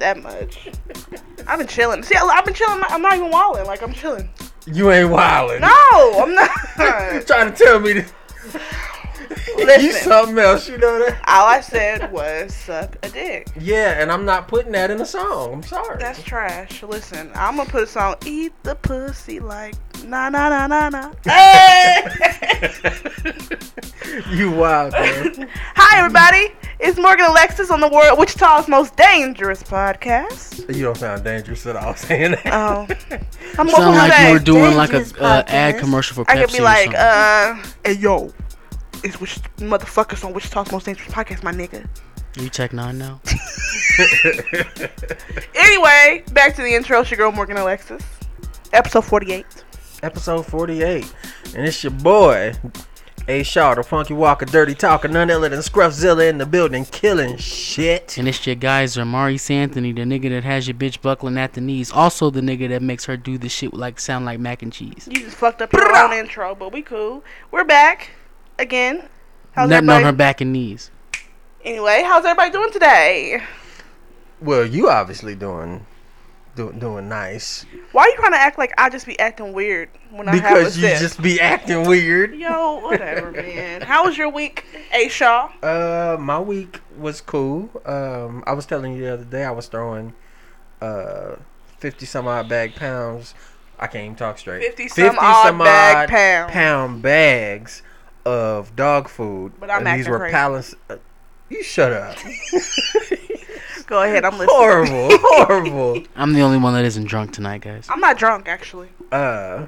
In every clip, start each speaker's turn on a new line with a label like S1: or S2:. S1: that much. I've been chilling. See, I- I've been chilling. I'm not even walling. Like I'm chilling.
S2: You ain't wildin'.
S1: No, I'm not.
S2: Trying to tell me that you
S1: Listen.
S2: something else, you know that?
S1: All I said was suck a dick.
S2: Yeah, and I'm not putting that in a song. I'm sorry.
S1: That's trash. Listen, I'm gonna put a song. Eat the pussy like na na na na na. Hey!
S2: you wild, man.
S1: Hi everybody. It's Morgan Alexis on the World Wichita's Most Dangerous Podcast.
S2: you don't sound dangerous at all saying that.
S1: Oh, I'm
S3: Sound
S1: gonna
S3: like you were
S1: say,
S3: doing like a
S4: dangerous
S3: uh, ad
S4: podcast.
S3: commercial for Pepsi.
S1: I could be
S3: or
S1: like,
S3: something.
S1: uh, hey yo, it's which motherfuckers on Wichita's Most Dangerous Podcast, my nigga.
S3: you Tech Nine now?
S1: Anyway, back to the intro. It's your girl Morgan Alexis. Episode 48.
S2: Episode 48. And it's your boy, A Shaw, the funky walker, dirty talker, none other than Scruffzilla in the building, killing shit.
S3: And it's your guys, Amari Santhony, the nigga that has your bitch buckling at the knees. Also the nigga that makes her do the shit like sound like mac and cheese.
S1: You just fucked up your own intro, but we cool. We're back again. How's
S3: Nothing on
S1: everybody?
S3: her back and knees.
S1: Anyway, how's everybody doing today?
S2: Well, you obviously doing do, doing nice
S1: Why are you trying to act like I just be acting weird when I have a
S2: because you
S1: sip?
S2: just be acting weird.
S1: Yo, whatever, man. How was your week, A Shaw?
S2: Uh, my week was cool. Um, I was telling you the other day I was throwing uh 50 some odd bag pounds. I can't even talk straight.
S1: 50 some odd bag pounds.
S2: pound bags of dog food.
S1: But I'm
S2: and these
S1: acting
S2: were
S1: crazy.
S2: palace. Uh, you shut up.
S1: Go ahead, I'm listening.
S2: horrible, horrible.
S3: I'm the only one that isn't drunk tonight, guys.
S1: I'm not drunk, actually.
S2: Uh,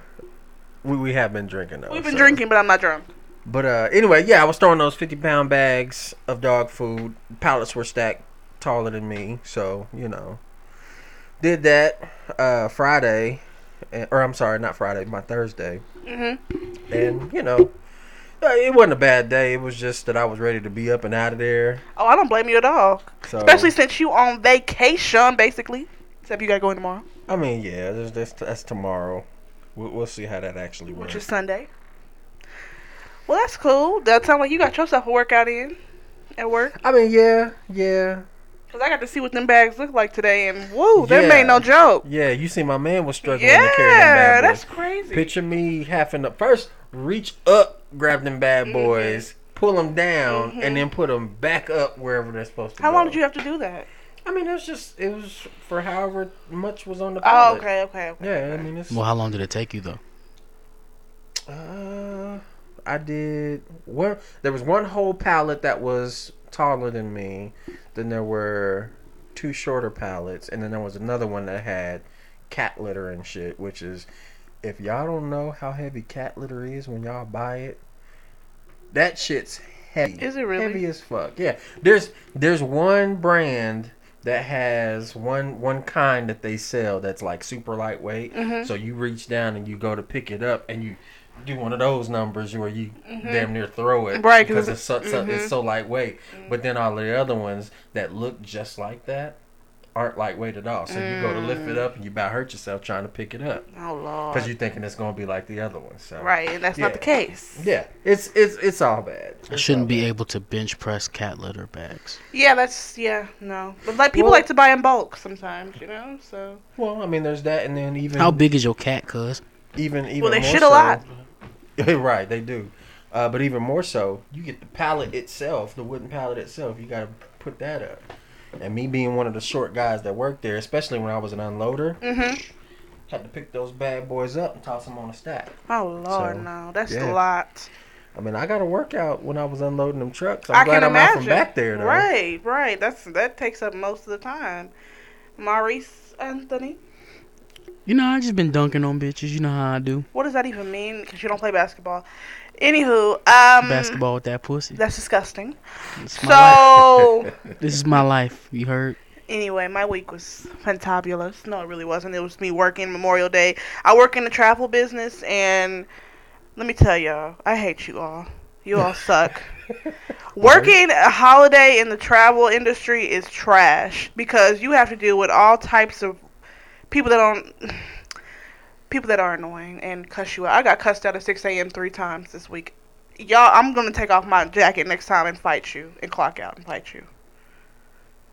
S2: we we have been drinking though.
S1: We've been
S2: so-
S1: drinking, but I'm not drunk.
S2: But uh, anyway, yeah, I was throwing those fifty pound bags of dog food. Pallets were stacked taller than me, so you know, did that uh, Friday, eh, or I'm sorry, not Friday, my Thursday,
S1: Mm-hmm.
S2: and you know, uh, it wasn't a bad day. It was just that I was ready to be up and out of there.
S1: Oh, I don't blame you at all.
S2: So
S1: Especially since you on vacation, basically. Except you gotta go in tomorrow,
S2: I mean, yeah, that's, that's, that's tomorrow. We'll, we'll see how that actually
S1: which
S2: works.
S1: is Sunday. Well, that's cool. That sounds like you got yourself a workout in at work.
S2: I mean, yeah, yeah,
S1: Cause I got to see what them bags look like today, and woo, that
S2: Yeah.
S1: ain't no joke.
S2: yeah. You see, my man was struggling to carry them
S1: Yeah,
S2: bad boys.
S1: that's crazy.
S2: Picture me having to first reach up, grab them
S1: Mm-hmm.
S2: bad boys, pull 'em pull them down, and then put them back up wherever they're supposed to.
S1: How
S2: go.
S1: long did you have to do that?
S2: I mean, it was just it was for however much was on the.
S1: Oh,
S2: pallet.
S1: okay, okay, okay.
S2: Yeah, I mean, it's.
S3: Well, how long did it take you though?
S2: Uh, I did one. There was one whole pallet that was taller than me. Then there were two shorter pallets, and then there was another one that had cat litter and shit. Which is, if y'all don't know how heavy cat litter is when y'all buy it, that shit's heavy.
S1: Is it really?
S2: heavy as fuck? Yeah. There's there's one brand that has one one kind that they sell that's like super lightweight.
S1: Mm-hmm.
S2: So you reach down and you go to pick it up and you do one of those numbers where you damn near throw it
S1: Mm-hmm. Right, 'cause Mm-hmm.
S2: because it's so, so- it's so lightweight. But then all the other ones that look just like that aren't lightweight at all. So you go to lift
S1: Mm.
S2: it up and you about hurt yourself trying to pick it up
S1: Oh lord.
S2: because you're thinking it's gonna be like the other one. So
S1: right, and that's not
S2: Yeah.
S1: the case.
S2: yeah, it's it's it's all bad.
S3: I
S2: It's
S3: shouldn't
S2: all
S3: be
S2: bad.
S3: able to bench press cat litter bags.
S1: Yeah, that's yeah, no. But like people
S2: Well-
S1: like to buy in bulk sometimes, you know. So
S2: Well, I mean, there's that, and then even
S3: How big is your cat, cuz?
S2: even even
S1: they
S2: more
S1: shit a lot.
S2: so- right, they do. Uh, but even more so, you get the pallet itself, the wooden pallet itself. You got to put that up. And me being one of the short guys that worked there, especially when I was an unloader,
S1: Mhm.
S2: had to pick those bad boys up and toss them on a stack.
S1: oh lord,
S2: So,
S1: no, that's
S2: yeah.
S1: a lot.
S2: I mean, I got a workout when I was unloading them trucks. I'm
S1: I
S2: glad
S1: can
S2: I'm
S1: imagine.
S2: out from back there, though.
S1: Right, right. That's that takes up most of the time. Maurice Anthony,
S3: You know, I just been dunking on bitches. You know how I do.
S1: what does that even mean? Because you don't play basketball. Anywho, um,
S3: Basketball with that pussy.
S1: That's disgusting.
S3: This is my life.
S1: So
S3: This is my life. You heard?
S1: anyway, my week was fantabulous. No, it really wasn't. It was me working Memorial Day. I work in the travel business, and let me tell y'all, I hate you all. You all suck. Working a holiday in the travel industry is trash because you have to deal with all types of people that don't. People that are annoying and cuss you out. I got cussed out at 6 a.m. three times this week. Y'all, I'm gonna take off my jacket next time and fight you and clock out and fight you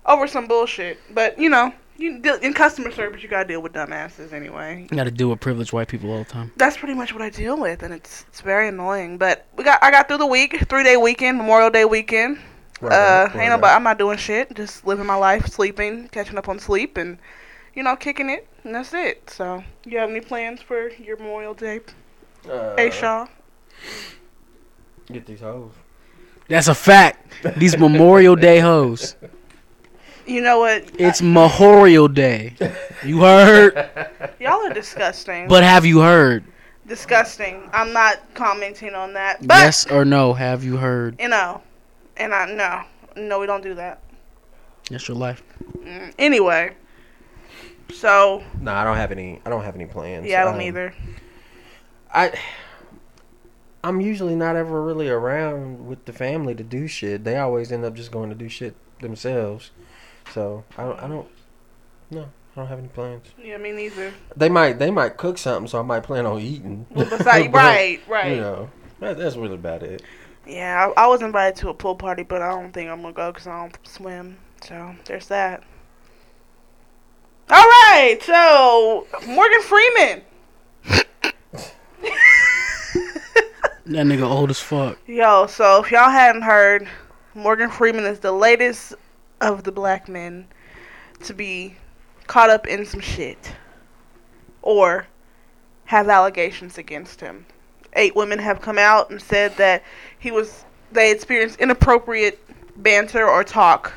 S1: over some bullshit. But you know, You deal, in customer service, you gotta deal with dumbasses anyway.
S3: You got to deal with privileged white people all the time.
S1: That's pretty much what I deal with, and it's it's very annoying. But we got I got through the week, three day weekend, Memorial Day weekend.
S2: Right
S1: uh,
S2: on, right
S1: ain't
S2: on.
S1: nobody. I'm not doing shit. Just living my life, sleeping, catching up on sleep, and you know, kicking it, and that's it. So, you have any plans for your Memorial Day,
S2: Uh,
S1: hey Shaw?
S2: Get these hoes.
S3: That's a fact. These Memorial Day hoes.
S1: You know what?
S3: It's Memorial Day. You heard?
S1: Y'all are disgusting.
S3: But have you heard?
S1: disgusting. I'm not commenting on that. But
S3: Yes or no? Have you heard?
S1: you know, and I no, no, we don't do that.
S3: That's your life.
S1: Mm, Anyway, so
S2: No, I don't have any. I don't have any plans.
S1: yeah, I don't
S2: Um,
S1: either.
S2: I I'm usually not ever really around with the family to do shit. They always end up just going to do shit themselves. So I don't. I don't. No, I don't have any plans.
S1: Yeah, me neither.
S2: They might. They might cook something, so I might plan on eating.
S1: Well, besides,
S2: But,
S1: right, right.
S2: You know, that, that's really about it.
S1: Yeah, I, I was invited to a pool party, but I don't think I'm gonna go because I don't swim. So there's that. All right, so Morgan Freeman.
S3: That nigga old as fuck.
S1: Yo, so if y'all hadn't heard, Morgan Freeman is the latest of the black men to be caught up in some shit or have allegations against him. Eight women have come out and said that he was they experienced inappropriate banter or talk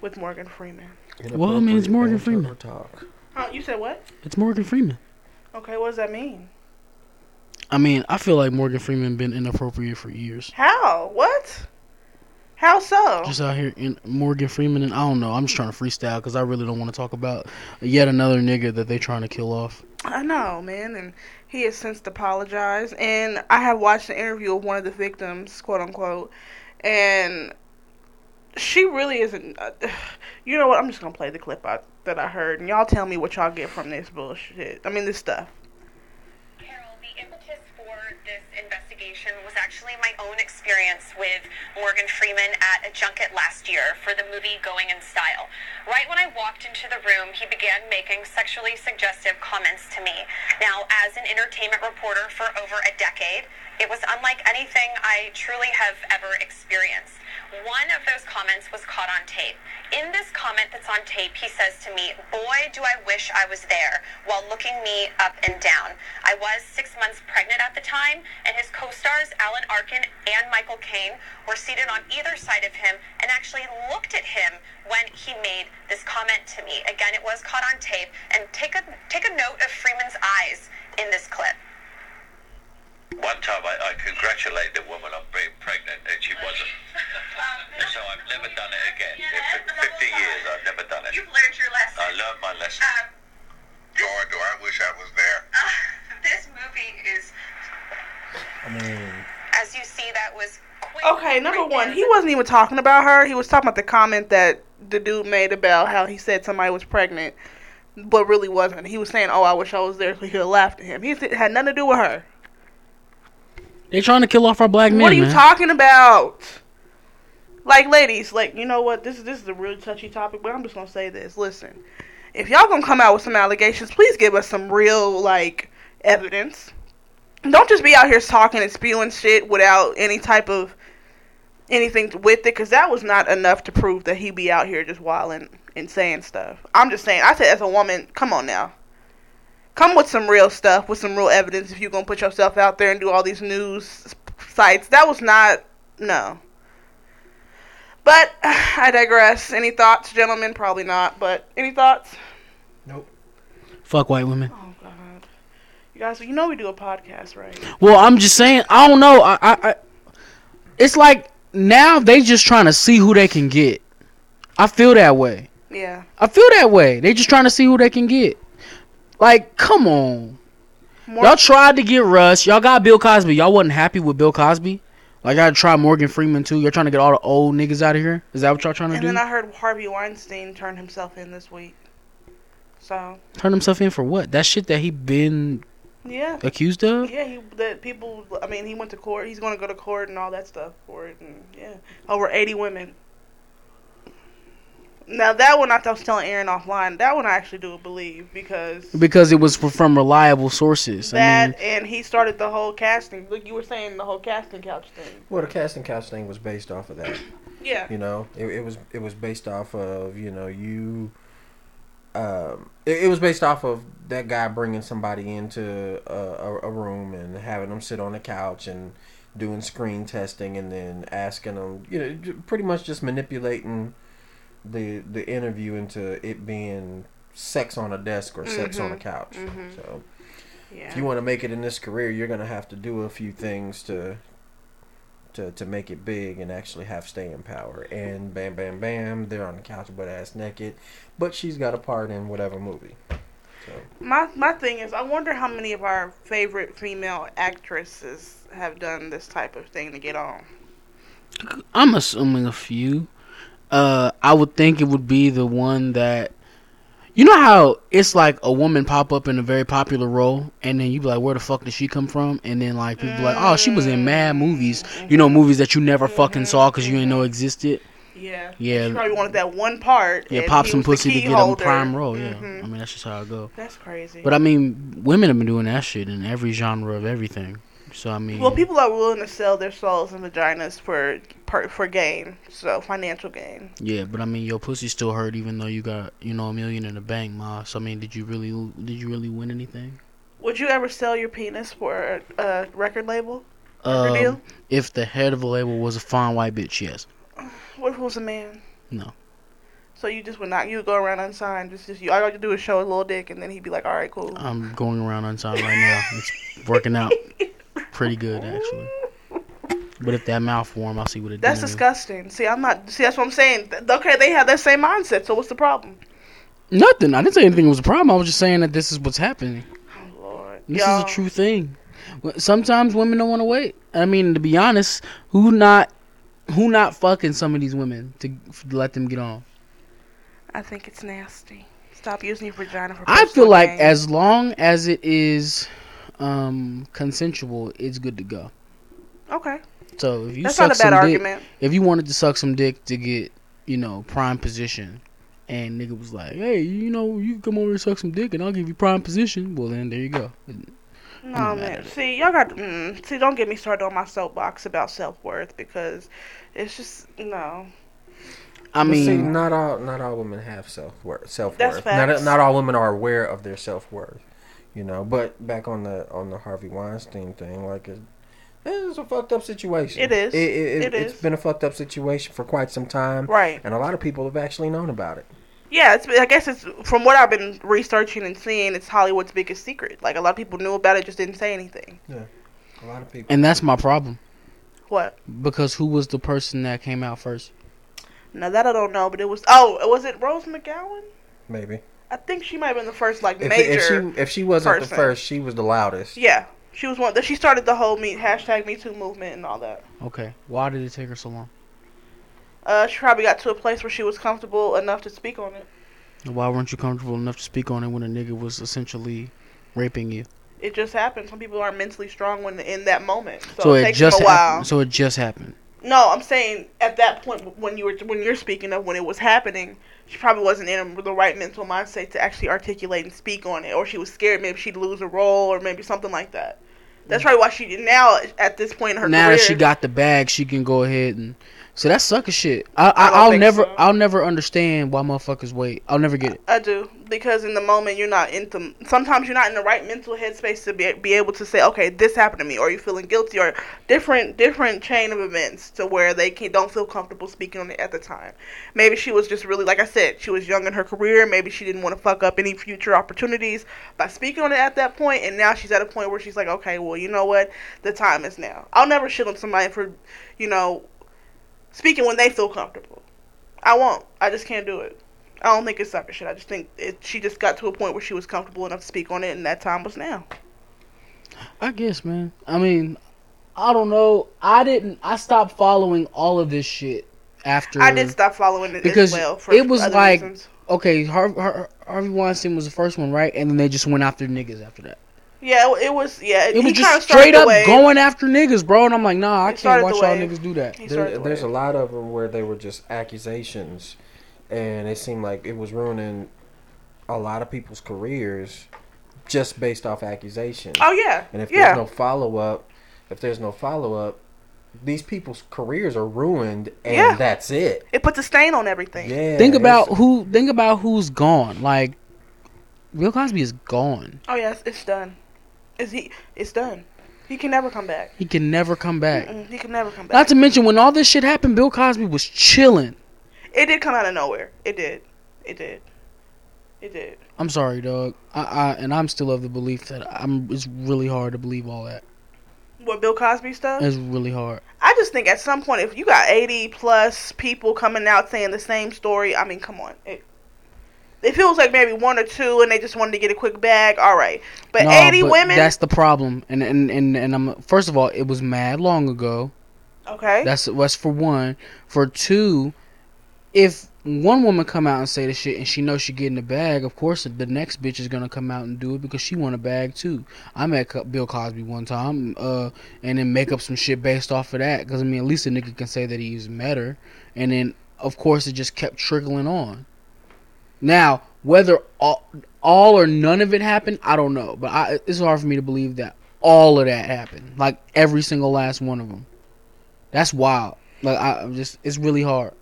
S1: with Morgan Freeman.
S3: Well, I mean, it's Morgan
S2: Inappropriate
S3: Freeman.
S2: banter Talk.
S1: Huh, you said what?
S3: It's Morgan Freeman.
S1: Okay, what does that mean?
S3: I mean, I feel like Morgan Freeman been inappropriate for years.
S1: How? What? How so?
S3: Just out here in Morgan Freeman, and I don't know. I'm just trying to freestyle because I really don't want to talk about yet another nigga that they trying to kill off.
S1: I know, man, and he has since apologized. And I have watched an interview of one of the victims, quote unquote, and she really isn't. Uh, you know what? I'm just gonna play the clip I, that I heard, and y'all tell me what y'all get from this bullshit. I mean, this stuff.
S4: Carol, the impetus for this investigation was actually my own experience with Morgan Freeman at a junket last year for the movie Going in Style. Right when I walked into the room, he began making sexually suggestive comments to me. Now, as an entertainment reporter for over a decade, it was unlike anything I truly have ever experienced. One of those comments was caught on tape. In this comment that's on tape, he says to me, Boy, do I wish I was there, while looking me up and down. I was six months pregnant at the time, and his co stars, Alan Arkin and Michael Caine, were seated on either side of him and actually looked at him when he made this comment to me. Again, it was caught on tape. And take a, take a note of Freeman's eyes in this clip.
S5: One time I, I congratulate the woman on being pregnant and she wasn't. And so I've never done it again. In fif- 50 years, I've never done it.
S4: learned your lesson.
S5: I learned my lesson.
S4: Um,
S5: Boy, do I wish I was there.
S4: ah, this movie is,
S2: I mean,
S4: as you see, that was quick.
S1: Okay, number one, he wasn't even talking about her. He was talking about the comment that the dude made about how he said somebody was pregnant, but really wasn't. He was saying, "Oh, I wish I was there," so he laughed at him. He said- had nothing to do with her.
S3: They trying to kill off our black men.
S1: What are you
S3: man.
S1: talking about? Like, ladies, like you know what? This this is a really touchy topic, but I'm just gonna say this. Listen, if y'all gonna come out with some allegations, please give us some real like evidence. Don't just be out here talking and spewing shit without any type of anything with it, because that was not enough to prove that he be out here just wilding and saying stuff. I'm just saying. I said as a woman, come on now. Come with some real stuff, with some real evidence. If you're gonna put yourself out there and do all these news sites. That was not no. But I digress. Any thoughts, gentlemen? Probably not. But any thoughts?
S3: Fuck white women.
S1: Oh God, you guys. You know we do a podcast, right?
S3: Well, I'm just saying. I don't know. I, I, I it's like now they just trying to see who they can get. I feel that way.
S1: Yeah.
S3: I feel that way. They just trying to see who they can get. Like, come on.
S1: More,
S3: Y'all tried to get Russ. Y'all got Bill Cosby. Y'all wasn't happy with Bill Cosby. Like, y'all try Morgan Freeman too. Y'all trying to get all the old niggas out of here. Is that what y'all trying to
S1: and
S3: do?
S1: then I heard Harvey Weinstein turn himself in this week. So
S3: Turn himself in for what? That shit that he been
S1: yeah,
S3: accused of.
S1: yeah. He that people. I mean, he went to court. He's going to go to court and all that stuff for it. And yeah, over eighty women. Now that one I was telling Aaron offline. That one I actually do believe because
S3: because it was f- from reliable sources. I
S1: that
S3: mean,
S1: and he started the whole casting. Like you were saying, the whole casting couch thing.
S2: Well, the casting couch thing was based off of that.
S1: Yeah.
S2: You know, it, it was it was based off of you know you. Um, it, it was based off of that guy bringing somebody into a, a, a room and having them sit on the couch and doing screen testing and then asking them, you know, j- pretty much just manipulating the the interview into it being sex on a desk or sex on a couch. So if
S1: Yeah.
S2: you want to make it in this career, you're gonna have to do a few things to to to make it big and actually have staying power. And bam, bam, bam, they're on the couch butt ass naked, but she's got a part in whatever movie.
S1: My my thing is, I wonder how many of our favorite female actresses have done this type of thing to get on.
S3: I'm assuming a few. Uh, I would think it would be the one that, you know how it's like a woman pop up in a very popular role, and then you be like, where the fuck did she come from? And then like people be like, oh, she was in mad movies. You know, movies that you never fucking saw because you didn't know existed.
S1: Yeah.
S3: Yeah.
S1: She probably wanted that one part.
S3: Yeah,
S1: and
S3: pop
S1: he
S3: some
S1: was the
S3: pussy to
S1: key
S3: get a
S1: holder.
S3: prime role. Yeah,
S1: Mhm.
S3: I mean that's just how I go.
S1: That's crazy.
S3: But I mean, women have been doing that shit in every genre of everything. So I mean,
S1: well, people are willing to sell their souls and vaginas for per, for gain, so financial gain.
S3: yeah, but I mean, your pussy still hurt even though you got you know a million in the bank, ma. So I mean, did you really did you really win anything?
S1: Would you ever sell your penis for a, a record label? Record
S3: Um,
S1: deal?
S3: if the head of the label was a fine white bitch, yes.
S1: What if it was a man?
S3: No.
S1: So you just would not. You would go around unsigned. Just, just you. All you have to do is show a little dick, and then he'd be like, "All right, cool."
S3: I'm going around unsigned right now. It's working out pretty good actually. But if that mouth warm, I'll see what it
S1: That's
S3: do to me.
S1: disgusting. See, I'm not. See, that's what I'm saying. Th- Okay, they have that same mindset. So what's the problem?
S3: Nothing. I didn't say anything was a problem. I was just saying that this is what's happening.
S1: Oh Lord,
S3: This
S1: Y'all,
S3: is a true thing. Wh- Sometimes women don't want to wait. I mean, to be honest, who not who not fucking some of these women to f- let them get on?
S1: I think it's nasty. Stop using your vagina for.
S3: I
S1: personal
S3: feel like
S1: gain.
S3: as long as it is um consensual, it's good to go.
S1: okay.
S3: So if you
S1: That's
S3: suck
S1: not a bad
S3: some dick,
S1: argument.
S3: if you wanted to suck some dick to get you know prime position, and nigga was like, hey, you know, you come over and suck some dick, and I'll give you prime position. Well, then there you go.
S1: No
S3: I'm mad
S1: man,
S3: at it.
S1: see y'all got mm, see. Don't get me started on my soapbox about self worth because it's just no.
S3: I mean,
S2: see, not all not all women have self worth. Self worth.
S1: facts.
S2: Not not all women are aware of their self worth. You know, but back on the on the Harvey Weinstein thing, like it, it's a fucked up situation.
S1: It is.
S2: It, it,
S1: It
S2: it,
S1: is.
S2: has been a fucked up situation for quite some time,
S1: Right.
S2: and a lot of people have actually known about it.
S1: Yeah, it's, I guess it's from what I've been researching and seeing. It's Hollywood's biggest secret. Like a lot of people knew about it, just didn't say anything.
S2: A lot of people.
S3: and that's my problem
S1: What?
S3: because who was the person that came out first?
S1: Now that I don't know, but it was. Oh, was it Rose McGowan?
S2: Maybe.
S1: I think she might have been the first like
S2: If,
S1: major.
S2: if she if she wasn't
S1: person.
S2: the first, she was the loudest.
S1: yeah, she was one. That she started the whole me hashtag Me Too movement and all that.
S3: Okay. Why did it take her so long?
S1: Uh, she probably got to a place where she was comfortable enough to speak on it.
S3: Why weren't you comfortable enough to speak on it when a nigga was essentially raping you?
S1: It just happened. Some people aren't mentally strong when in that moment, so,
S3: So,
S1: it,
S3: it,
S1: takes
S3: just
S1: them a while.
S3: happened. So it just happened.
S1: No, I'm saying at that point when you were when you're speaking of when it was happening, she probably wasn't in the right mental mindset to actually articulate and speak on it, or she was scared maybe she'd lose a role or maybe something like that. That's probably why she now at this point in her
S3: Mm. now
S1: career.
S3: that she got the bag, she can go ahead and. So that's sucker shit. I,
S1: I
S3: I,
S1: don't
S3: I'll
S1: think
S3: never
S1: so.
S3: I'll never understand why motherfuckers wait. I'll never get it.
S1: I do because in the moment you're not in the sometimes you're not in the right mental headspace to be be able to say okay this happened to me or you feeling guilty or different different chain of events to where they can don't feel comfortable speaking on it at the time. Maybe she was just really like I said she was young in her career. Maybe she didn't want to fuck up any future opportunities by speaking on it at that point, And now she's at a point where she's like okay well you know what the time is now. I'll never shit on somebody for you know speaking when they feel comfortable. I won't. I just can't do it. I don't think it's sucker shit. I just think it, she just got to a point where she was comfortable enough to speak on it, and that time was now.
S3: I guess, man. I mean, I don't know. I didn't. I stopped following all of this shit after.
S1: I did stop following it
S3: Because
S1: as well for
S3: it was
S1: other
S3: like-
S1: reasons.
S3: Okay, Harvey, Harvey Weinstein was the first one, right? And then they just went after niggas after that.
S1: yeah, it, it was yeah.
S3: It
S1: he
S3: was
S1: kinda
S3: just
S1: started
S3: straight
S1: the
S3: up
S1: wave.
S3: going after niggas, bro. And I'm like, nah, I
S1: He started
S3: can't
S1: the
S3: watch y'all
S1: wave.
S3: niggas do that.
S1: He started
S2: There,
S1: the
S2: there's a
S1: wave.
S2: lot of them where they were just accusations, and it seemed like it was ruining a lot of people's careers just based off accusations.
S1: Oh yeah.
S2: And if
S1: yeah.
S2: there's no follow up, if there's no follow up, these people's careers are ruined, and
S1: Yeah.
S2: that's it.
S1: it puts a stain on everything.
S2: Yeah.
S3: think
S2: it's-
S3: about who. Think about who's gone. Like Bill Cosby is gone.
S1: Oh yeah, it's, it's done. Is he? It's done. He can never come back.
S3: He can never come back.
S1: Mm-mm, He can never come back.
S3: Not to mention when all this shit happened, Bill Cosby was chilling.
S1: it did come out of nowhere. It did. It did. It did.
S3: I'm sorry, dog. I, I and I'm still of the belief that I'm. It's really hard to believe all that.
S1: What Bill Cosby stuff?
S3: It's really hard.
S1: I just think at some point, if you got 80 plus people coming out saying the same story, I mean, come on. It, it feels like maybe one or two and they just wanted to get a quick bag. All right. But
S3: No,
S1: 80
S3: but
S1: women.
S3: That's the problem. And and and and I'm first of all, it was mad long ago.
S1: okay.
S3: That's that's for one. For two, if one woman come out and say the shit and she knows she getting a bag, of course the next bitch is gonna come out and do it because she want a bag too. I met Co- Bill Cosby one time, uh, and then make up some shit based off of that because I mean at least a nigga can say that he's met her, and then of course it just kept trickling on. Now whether all, all or none of it happened, I don't know, but I, it's hard for me to believe that all of that happened, like every single last one of them. That's wild. Like I, I'm just, it's really hard.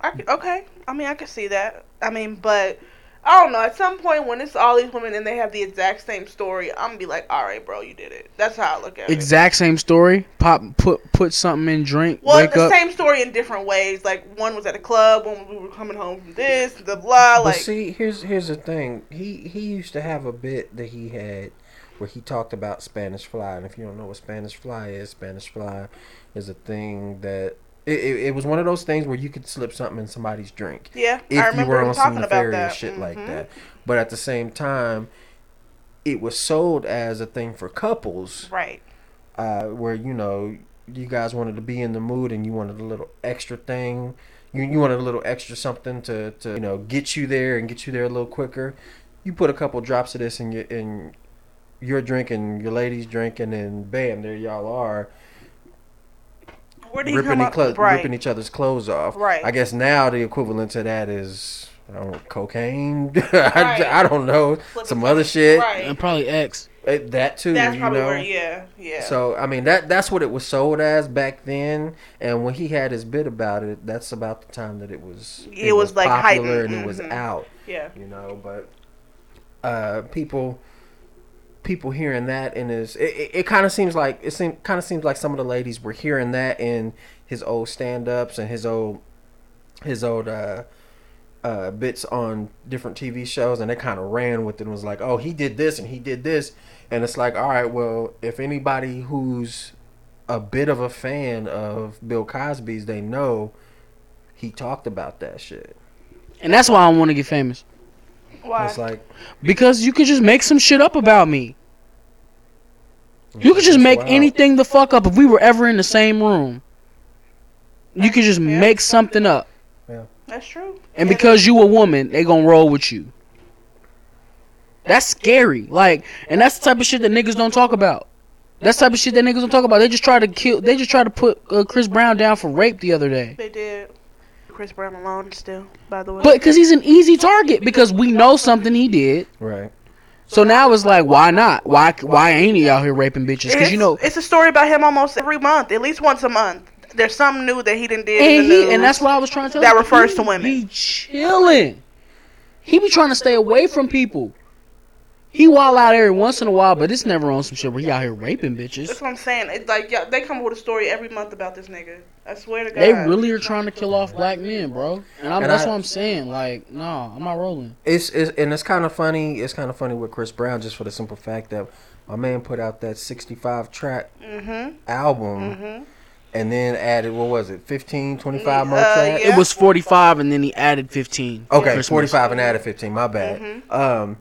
S1: I c okay. I mean, I can see that. I mean, but I don't know. At some point, when it's all these women and they have the exact same story, I'm gonna be like, all right, bro, you did it. That's how I look at it.
S3: Exact same story. Pop, put, put something in, drink,
S1: Well, it's
S3: wake
S1: the
S3: up.
S1: same story in different ways. Like one was at a club, one was we were coming home from this, the blah.
S2: But
S1: Like,
S2: see, here's here's the thing. He he used to have a bit that he had where he talked about Spanish fly, and if you don't know what Spanish fly is, Spanish fly is a thing that it, it, it was one of those things where you could slip something in somebody's drink
S1: yeah, I
S2: if you
S1: remember
S2: were
S1: him
S2: on some
S1: talking about
S2: nefarious
S1: that.
S2: shit like
S1: Mhm.
S2: that. But at the same time, it was sold as a thing for couples,
S1: Right.
S2: uh, where you know you guys wanted to be in the mood and you wanted a little extra thing. You, you wanted a little extra something to, to you know get you there and get you there a little quicker. You put a couple drops of this in your in your drink and your lady's drink and then bam, there y'all are
S1: Where did he
S2: ripping,
S1: come
S2: each
S1: up?
S2: clo-
S1: right.
S2: ripping each other's clothes off.
S1: Right.
S2: I guess now the equivalent to that is I don't know, cocaine. I,
S1: Right.
S2: I don't know
S1: Flipping
S2: some
S1: something.
S2: other shit.
S1: Right.
S3: And probably X.
S2: Eh, That too.
S1: That's
S2: you
S1: probably
S2: know?
S1: where. Yeah. Yeah.
S2: So I mean that that's what it was sold as back then, and when he had his bit about it, that's about the time that it was
S1: It was, like,
S2: popular
S1: heightened,
S2: and it was
S1: mhm.
S2: out,
S1: yeah.
S2: you know. But uh, people people hearing that and is it, it, it kind of seems like it seem kind of seems like some of the ladies were hearing that in his old stand ups and his old his old uh, uh, bits on different TV shows, and they kind of ran with it and was like, "Oh, he did this and he did this," and it's like, "All right, well, if anybody who's a bit of a fan of Bill Cosby's, they know he talked about that shit."
S3: And that's why I want to get famous
S1: Why?
S2: It's like
S3: because you could just make some shit up about me. You could just make
S2: Wow.
S3: anything the fuck up. If we were ever in the same room, you could just
S1: Yeah.
S3: make something up.
S1: That's true.
S3: And
S1: Yeah,
S3: because you a woman, they gonna roll with you. That's scary. Like, and that's the type of shit that niggas don't talk about. That's the type of shit that niggas don't talk about. They just try to kill. They just try to put uh, Chris Brown down for rape the other day.
S1: They did. Chris Brown alone still, by the way.
S3: But because he's an easy target, because we know something he did.
S2: right.
S3: So now it's like, why not? Why why ain't he out here raping bitches? Because you know,
S1: it's a story about him almost every month, at least once a month. There's something new that he didn't did. in
S3: and
S1: the
S3: he
S1: news.
S3: and that's what I was trying to tell
S1: That
S3: you.
S1: refers to
S3: He
S1: women.
S3: He chilling. He be trying to stay away from people. He wild out every once in a while, but it's never on some shit where he out here raping
S1: that's
S3: bitches.
S1: what I'm saying. It's like yeah, they come up with a story every month about this nigga. I swear to God.
S3: They really are trying to kill off black men, bro. And, I'm,
S2: And
S3: that's
S2: I-
S3: what I'm saying. Like, nah, I'm not rolling.
S2: It's, it's and it's kind of funny. It's kind of funny with Chris Brown just for the simple fact that my man put out that sixty-five track
S1: Mm-hmm.
S2: album.
S1: Mm-hmm.
S2: and then added what was it 15
S1: Yeah,
S2: 25 months
S1: yeah.
S2: added?
S3: It was 45, and then he added 15.
S2: okay
S3: Christmas.
S2: 45 and added 15 my bad
S1: Mhm.
S2: um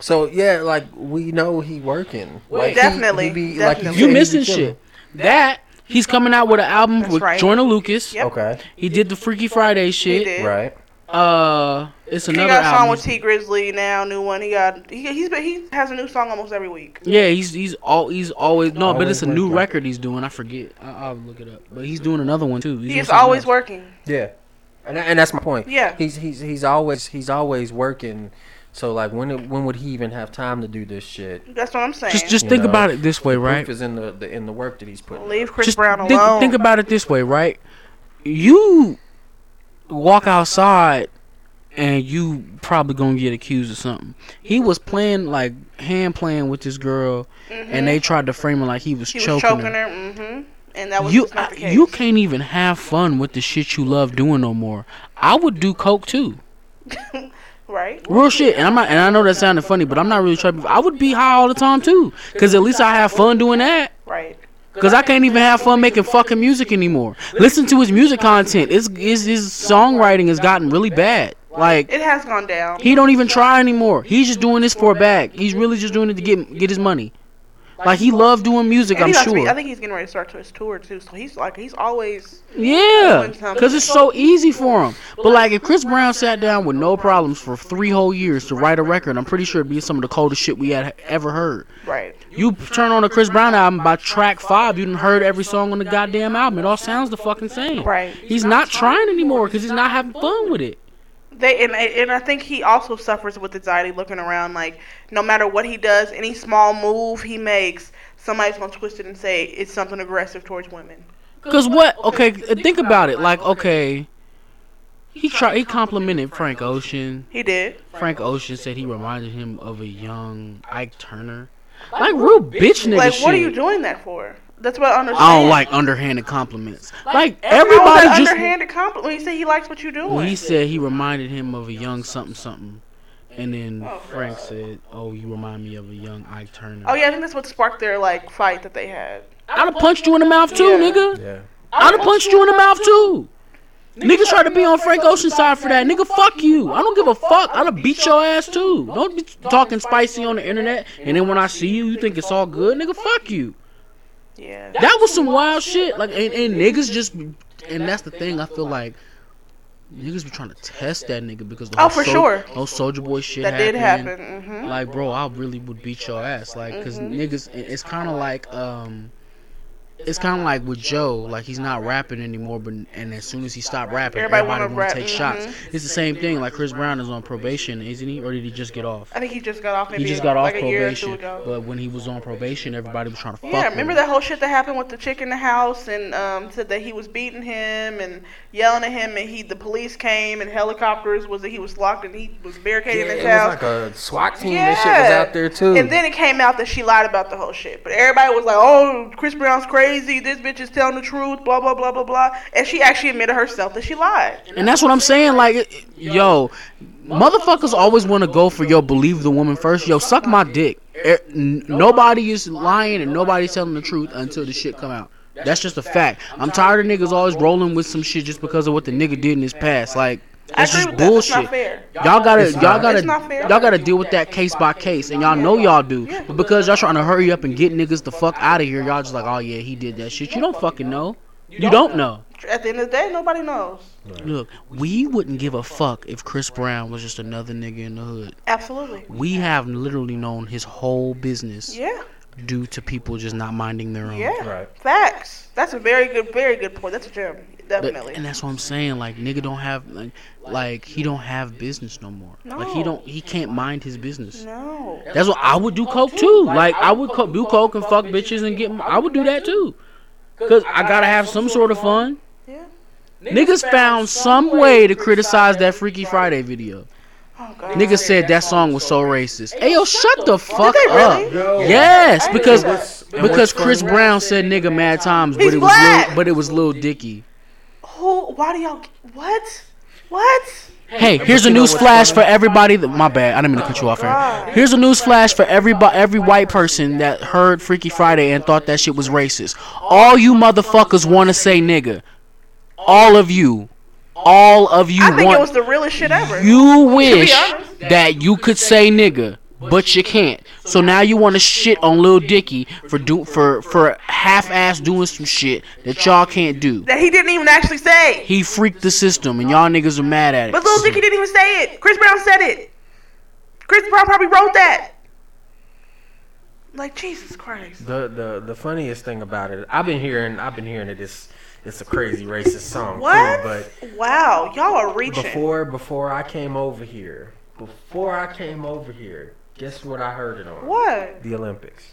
S2: so yeah like we know he working
S1: Well,
S2: like, he-
S1: definitely,
S2: he be-
S1: definitely.
S2: said, he
S3: You
S2: be
S3: missing
S2: chilling.
S3: shit. That he's coming out with an album
S1: That's
S3: with
S1: right.
S3: Joyner Lucas.
S1: Yep.
S2: okay
S3: He did the Freaky Friday
S1: He
S3: shit.
S1: did.
S2: right
S3: Uh, it's
S1: He
S3: another
S1: got a song
S3: album.
S1: with T Grizzly now, new one. He got he he's been, he has a new song almost every week.
S3: yeah, he's he's all he's always no, but
S2: Always
S3: it's a new
S2: working.
S3: record he's doing. I forget. I, I'll look it up. But he's doing another one too. He's
S1: He
S3: doing
S1: is
S3: something
S1: always
S3: else.
S1: working.
S2: yeah And, and that's my point.
S1: Yeah.
S2: He's he's he's always he's always working. So like when when would he even have time to do this shit?
S1: That's what I'm saying.
S3: Just just
S2: You
S3: think
S2: know,
S3: about it this way, right?
S2: Proof is in the, the in the work that he's putting.
S1: leave Chris
S3: just
S1: Brown
S3: think,
S1: alone.
S3: think about it this way, right? You walk outside and you probably gonna get accused of something. He was playing like hand playing with this girl, and they tried to frame her like he was
S1: Mm-hmm. he was
S3: choking,
S1: choking
S3: her.
S1: her. hmm And that was
S3: You
S1: just not the
S3: I-
S1: case.
S3: you can't even have fun with the shit you love doing no more. I would do coke too,
S1: right?
S3: real shit. And I'm not, and I know that sounded funny, but I'm not really trying. I would be high all the time too, cause at least I have fun doing that.
S1: Right.
S3: Cause I can't even have fun making fucking music anymore. Listen to his music content. It's, his his songwriting has gotten really bad. Like
S1: It has gone down.
S3: he don't even try anymore. He's just doing this for a bag. He's really just doing it to get get his money. Like he loved doing music.
S1: And he
S3: I'm
S1: about to be- I
S3: sure.
S1: think he's getting ready to start to his tour too. So he's like, he's always
S3: Yeah. Cause it's so easy for him. But like if Chris Brown sat down with no problems for three whole years to write a record, I'm pretty sure it'd be some of the coldest shit we had ever heard.
S1: right.
S3: You turn on a Chris Brown album by track five, you done heard every song on the goddamn album. It all sounds the fucking same.
S1: Right.
S3: He's not trying anymore because he's not having fun with it.
S1: They and and I think he also suffers with anxiety looking around. Like no matter what he does, any small move he makes, somebody's gonna twist it and say it's something aggressive towards women.
S3: Cause what? Okay, think about it. Like, okay, he tried. He complimented Frank Ocean.
S1: He did.
S3: Frank Ocean said he reminded him of a young Ike Turner. Like real bitch nigga
S1: Like,
S3: shit.
S1: what are you doing that for? That's what I understand.
S3: I don't like underhanded compliments. Like
S1: How is
S3: everybody
S1: that
S3: just.
S1: underhanded compliment when you say he likes what you're doing.
S3: Well, he said he reminded him of a young something something, and then
S1: Oh,
S3: Frank said, "Oh, you remind me of a young Ike Turner."
S1: oh yeah, I think that's what sparked their like fight that they had.
S3: I'd have punched you in the mouth too,
S1: Yeah.
S3: nigga.
S2: Yeah.
S3: I'd have punched you in the mouth too. Nigga tried to be on Frank Ocean's side for that. Nigga, fuck you. I don't give a fuck. I'd have beat your ass too. Don't be talking spicy on the internet, and then when I see you, you think it's all good, nigga. Fuck you.
S1: Yeah.
S3: That was some wild shit. Like, and, and niggas just, and that's the thing. I feel like niggas be trying to test that nigga because the
S1: Oh,
S3: whole
S1: for
S3: Soul-
S1: sure.
S3: whole Soldier Boy shit
S1: that did
S3: happened.
S1: happen. Mm-hmm. hmm
S3: Like, bro, I really would beat your ass. Like, because niggas, it- it's kind of like, um, it's kind of like with Joe. Like, he's not rapping anymore, but and as soon as he stopped rapping,
S1: Everybody
S3: everybody,
S1: wanna
S3: want
S1: rap,
S3: to take
S1: mhm.
S3: shots. It's the same thing. Like, Chris Brown is on probation, isn't he? Or did he just get off?
S1: I think he just got off. Maybe
S3: He just got off
S1: like a year or two
S3: probation.
S1: ago.
S3: But when he was on probation, everybody was trying to fuck
S1: Yeah,
S3: with
S1: remember
S3: him.
S1: that whole shit that happened with the chick in the house and um, said that he was beating him and yelling at him and he the police came and helicopters was that he was locked and he was barricading his
S2: it
S1: house.
S2: was like a SWAT team and shit was out there too.
S1: And then it came out that she lied about the whole shit. But everybody was like, "Oh, Chris Brown's crazy. This bitch is telling the truth." Blah blah blah blah blah. And she actually admitted herself that she lied.
S3: And that's what I'm saying. Like, it- it- yo, motherfuckers always want to go for yo. Believe the woman first. Yo, suck my dick. Eh, n- Nobody is lying and nobody's telling the truth until the shit come out. That's just a fact. I'm tired of niggas always rolling with some shit just because of what the nigga did in his past. Like,
S1: I
S3: that's
S1: agree
S3: just
S1: with that. That's not
S3: bullshit.
S1: fair.
S3: Y'all gotta,
S2: It's
S3: y'all
S2: not-
S3: gotta,
S1: It's not fair.
S3: y'all gotta deal with that case by case, and y'all know y'all do. But because y'all trying to hurry up and get niggas the fuck out of here, y'all just like, oh yeah, he did that shit. You don't fucking know. You don't know.
S1: At the end of the day, nobody knows.
S3: Look, we wouldn't give a fuck if Chris Brown was just another nigga in the hood.
S1: Absolutely.
S3: We have literally known his whole business
S1: Yeah.
S3: due to people just not minding their own.
S1: Yeah.
S2: Right.
S1: Facts. That's a very good, very good point. That's a gem.
S3: But-
S1: Definitely.
S3: and that's what I'm saying. Like nigga don't have like, like he don't have business no more. Like he
S1: No.
S3: don't he can't mind his business.
S1: no.
S3: That's what I would do coke too. Like I would co- do coke and fuck bitches and get I would do that too. Cuz I got to have some sort of fun.
S1: Yeah.
S3: Niggas found some way to criticize that Freaky Friday video.
S1: Oh god.
S3: Nigga said that song was so racist. Ayo, shut the fuck
S1: Did they
S3: up.
S1: really?
S3: Yes,
S1: I didn't
S3: because
S1: know that.
S2: And what's
S3: because Chris
S2: funny-
S3: Brown said nigga mad times, but
S1: He's
S3: it was
S1: black.
S3: Lil, but it was Lil Dicky.
S1: Who? Why do y'all? What? What?
S3: Hey, here's a
S2: you know
S3: news
S2: what's
S3: flash for
S2: funny?
S3: everybody. That, my bad, I didn't mean to cut you off.
S1: God.
S3: Here. Here's a news flash for everybody, every white person that heard Freaky Friday and thought that shit was racist. All you motherfuckers want to say nigga. All of you, all of you
S1: I think it was
S3: want.
S1: the realest shit ever.
S3: You wish
S1: honest.
S3: that you could say nigga, but you can't. So now you want to shit on Lil Dicky for do for for half ass doing some shit that y'all can't do.
S1: that he didn't even actually say.
S3: He freaked the system, and y'all niggas are mad at it.
S1: But Lil Dicky didn't even say it. Chris Brown said it. Chris Brown probably wrote that. Like Jesus Christ.
S2: The the the funniest thing about it, I've been hearing, I've been hearing it. It's it's a crazy racist song
S1: What?
S2: too. But
S1: wow, y'all are reaching.
S2: before before I came over here, before I came over here, guess what I heard it on?
S1: what?
S2: The Olympics.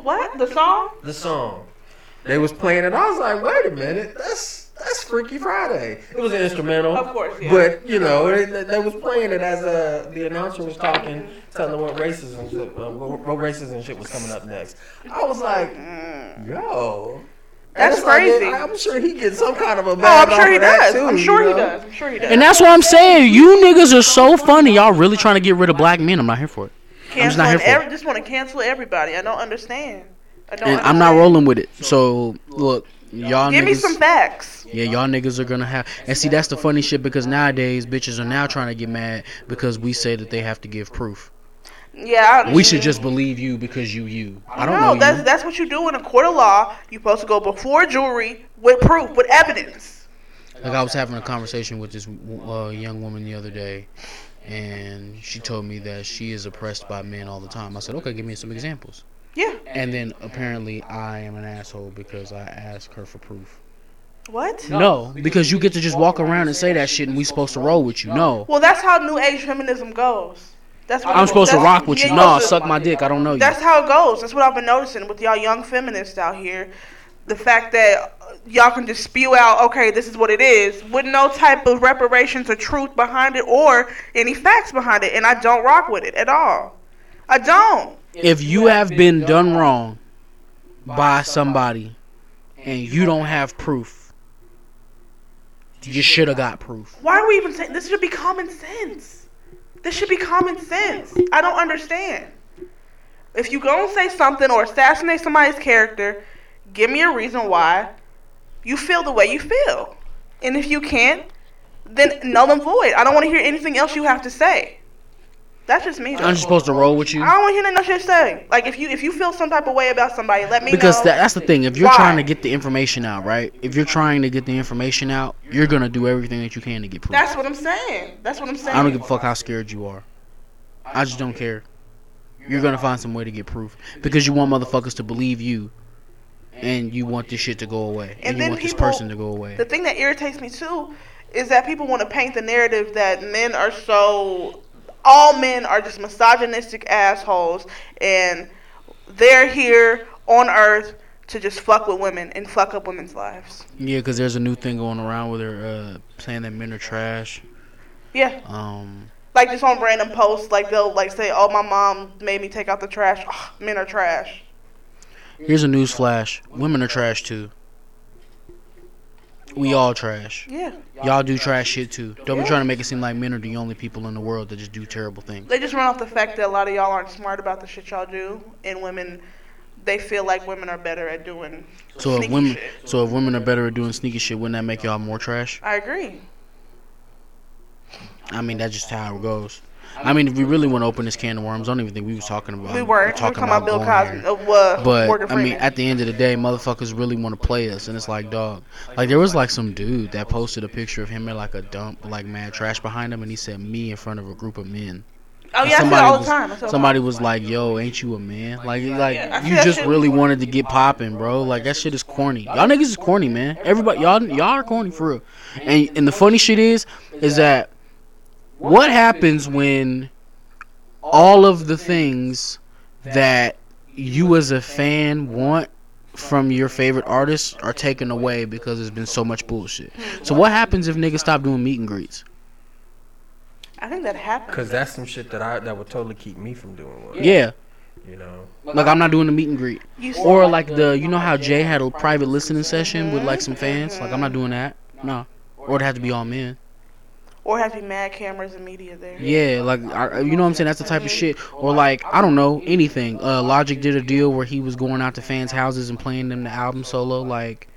S1: What? The song?
S2: The song. They was playing it. I was like, wait a minute, that's that's Freaky Friday. It was an instrumental.
S1: Of course, yeah.
S2: But you know, they, they was playing it as uh, the announcer was talking, telling them what racism, shit- uh, what, what racism shit was coming up next. I was like, yo,
S1: That's
S2: And it's like,
S1: crazy.
S2: I'm sure he gets some kind of a.
S1: No, Oh, I'm
S2: bag off
S1: sure he
S2: of that
S1: does.
S2: too,
S1: I'm
S2: you
S1: sure he
S2: know?
S1: does. I'm sure he does.
S3: And that's what I'm saying. You niggas are so funny. Y'all really trying to get rid of black men. I'm not here for it. just not
S1: Canceling
S3: here for
S1: every,
S3: it.
S1: just want to cancel everybody. I don't understand. I don't
S3: And I'm not
S1: understand.
S3: rolling with it. So look, y'all
S1: Give
S3: niggas.
S1: me some facts.
S3: Yeah, y'all niggas are gonna have. And see, that's the funny shit because nowadays bitches are now trying to get mad because we say that they have to give proof.
S1: Yeah. I-
S3: We should just believe you because you you. I don't
S1: no,
S3: know
S1: that's
S3: you.
S1: that's what you do in a court of law. You're supposed to go before jury with proof, with evidence.
S3: Like I was having a conversation with this uh, young woman the other day, and she told me that she is oppressed by men all the time. I said, okay, give me some examples.
S1: Yeah.
S3: And then apparently I am an asshole because I asked her for proof.
S1: What?
S3: No, because you get to just walk around and say that shit, and we supposed to roll with you. No,
S1: Well, that's how new age feminism goes. That's what
S3: I'm supposed to
S1: that's-
S3: rock with you.
S1: yeah,
S3: Nah,
S1: you're supposed to-
S3: suck my dick. I don't know you.
S1: That's how it goes. That's what I've been noticing with y'all young feminists out here. The fact that uh, y'all can just spew out, okay, this is what it is, with no type of reparations or truth behind it or any facts behind it. And I don't rock with it at all. I don't.
S3: If you have been done wrong by somebody, and you don't have proof, you should have got proof.
S1: Why are we even saying this? Should be common sense. This should be common sense. I don't understand. If you go and say something or assassinate somebody's character, give me a reason why you feel the way you feel. And if you can't, then null and void. I don't want to hear anything else you have to say. That's just me. Though. I
S3: I'm just supposed to roll with you.
S1: don't want to hear nothing else you're saying. Like if you if you feel some type of way about somebody, let me
S3: because
S1: know.
S3: tha- that's the thing if you're
S1: Why?
S3: trying to get the information out right if you're trying to get the information out you're gonna do everything that you can to get proof
S1: That's what I'm saying. That's what I'm saying.
S3: i don't give a fuck how scared you are i just don't care you're gonna find some way to get proof because you want motherfuckers to believe you and you want this shit to go away and, you
S1: then
S3: want this
S1: people-
S3: person to go away
S1: The thing that irritates me too is that people want to paint the narrative that men are so all men are just misogynistic assholes and they're here on earth to just fuck with women and fuck up women's lives.
S3: yeah because there's a new thing going around where they're uh, saying that men are trash
S1: Yeah.
S3: um
S1: Like just on random posts like they'll like say, "Oh, my mom made me take out the trash." Ugh, men are trash.
S3: here's a news flash women are trash too we all trash
S1: Yeah.
S3: Y'all do trash shit too. Don't be trying to make it seem like men are the only people in the world that just do terrible things.
S1: They just run off the fact that a lot of y'all aren't smart about the shit y'all do and women they feel like women are better at doing
S3: So if
S1: sneaky
S3: women,
S1: shit.
S3: so if women are better at doing sneaky shit, wouldn't that make y'all more trash?
S1: I agree.
S3: I mean, that's just how it goes. I mean, if we really want to open this can of worms, I don't even think we was talking about.
S1: We weren't. We were talking about Bill
S3: going
S1: Cosby.
S3: there.
S1: Of, uh, Morgan
S3: But I
S1: Freeman.
S3: mean, at the end of the day, motherfuckers really want to play us, and it's like, dog. Like there was like some dude that posted a picture of him at like a dump, like mad trash behind him, and he said me in front of a group of men.
S1: oh yeah, I see that
S3: somebody
S1: all the
S3: was-
S1: time. I see that all the
S3: Somebody
S1: time.
S3: was like, "Yo, ain't you a man?" Like, like
S1: Yeah, I see
S3: you
S1: that
S3: just
S1: shit.
S3: really wanted to get popping, bro. Like that shit is corny. Y'all niggas is corny, man. Everybody, y'all, y'all are corny for real. And and the funny shit is, is that what happens when all of the things that you as a fan want from your favorite artists are taken away because there's been so much bullshit. So what happens if niggas stop doing meet and greets?
S1: I think that happened.
S2: Cause that's some shit that I that would totally keep me from doing one.
S3: Yeah,
S2: You know.
S3: like I'm not doing the meet and greet.
S1: You
S3: Or like the you know how Jay had a private listening session with like some fans. Like I'm not doing that. No. Or it'd have to be all men.
S1: or have you mad cameras and media there?
S3: Yeah, like I, you know what I'm saying. That's the type of shit. Or like I don't know anything. Uh, Logic did a deal where he was going out to fans' houses and playing them the album solo. Like,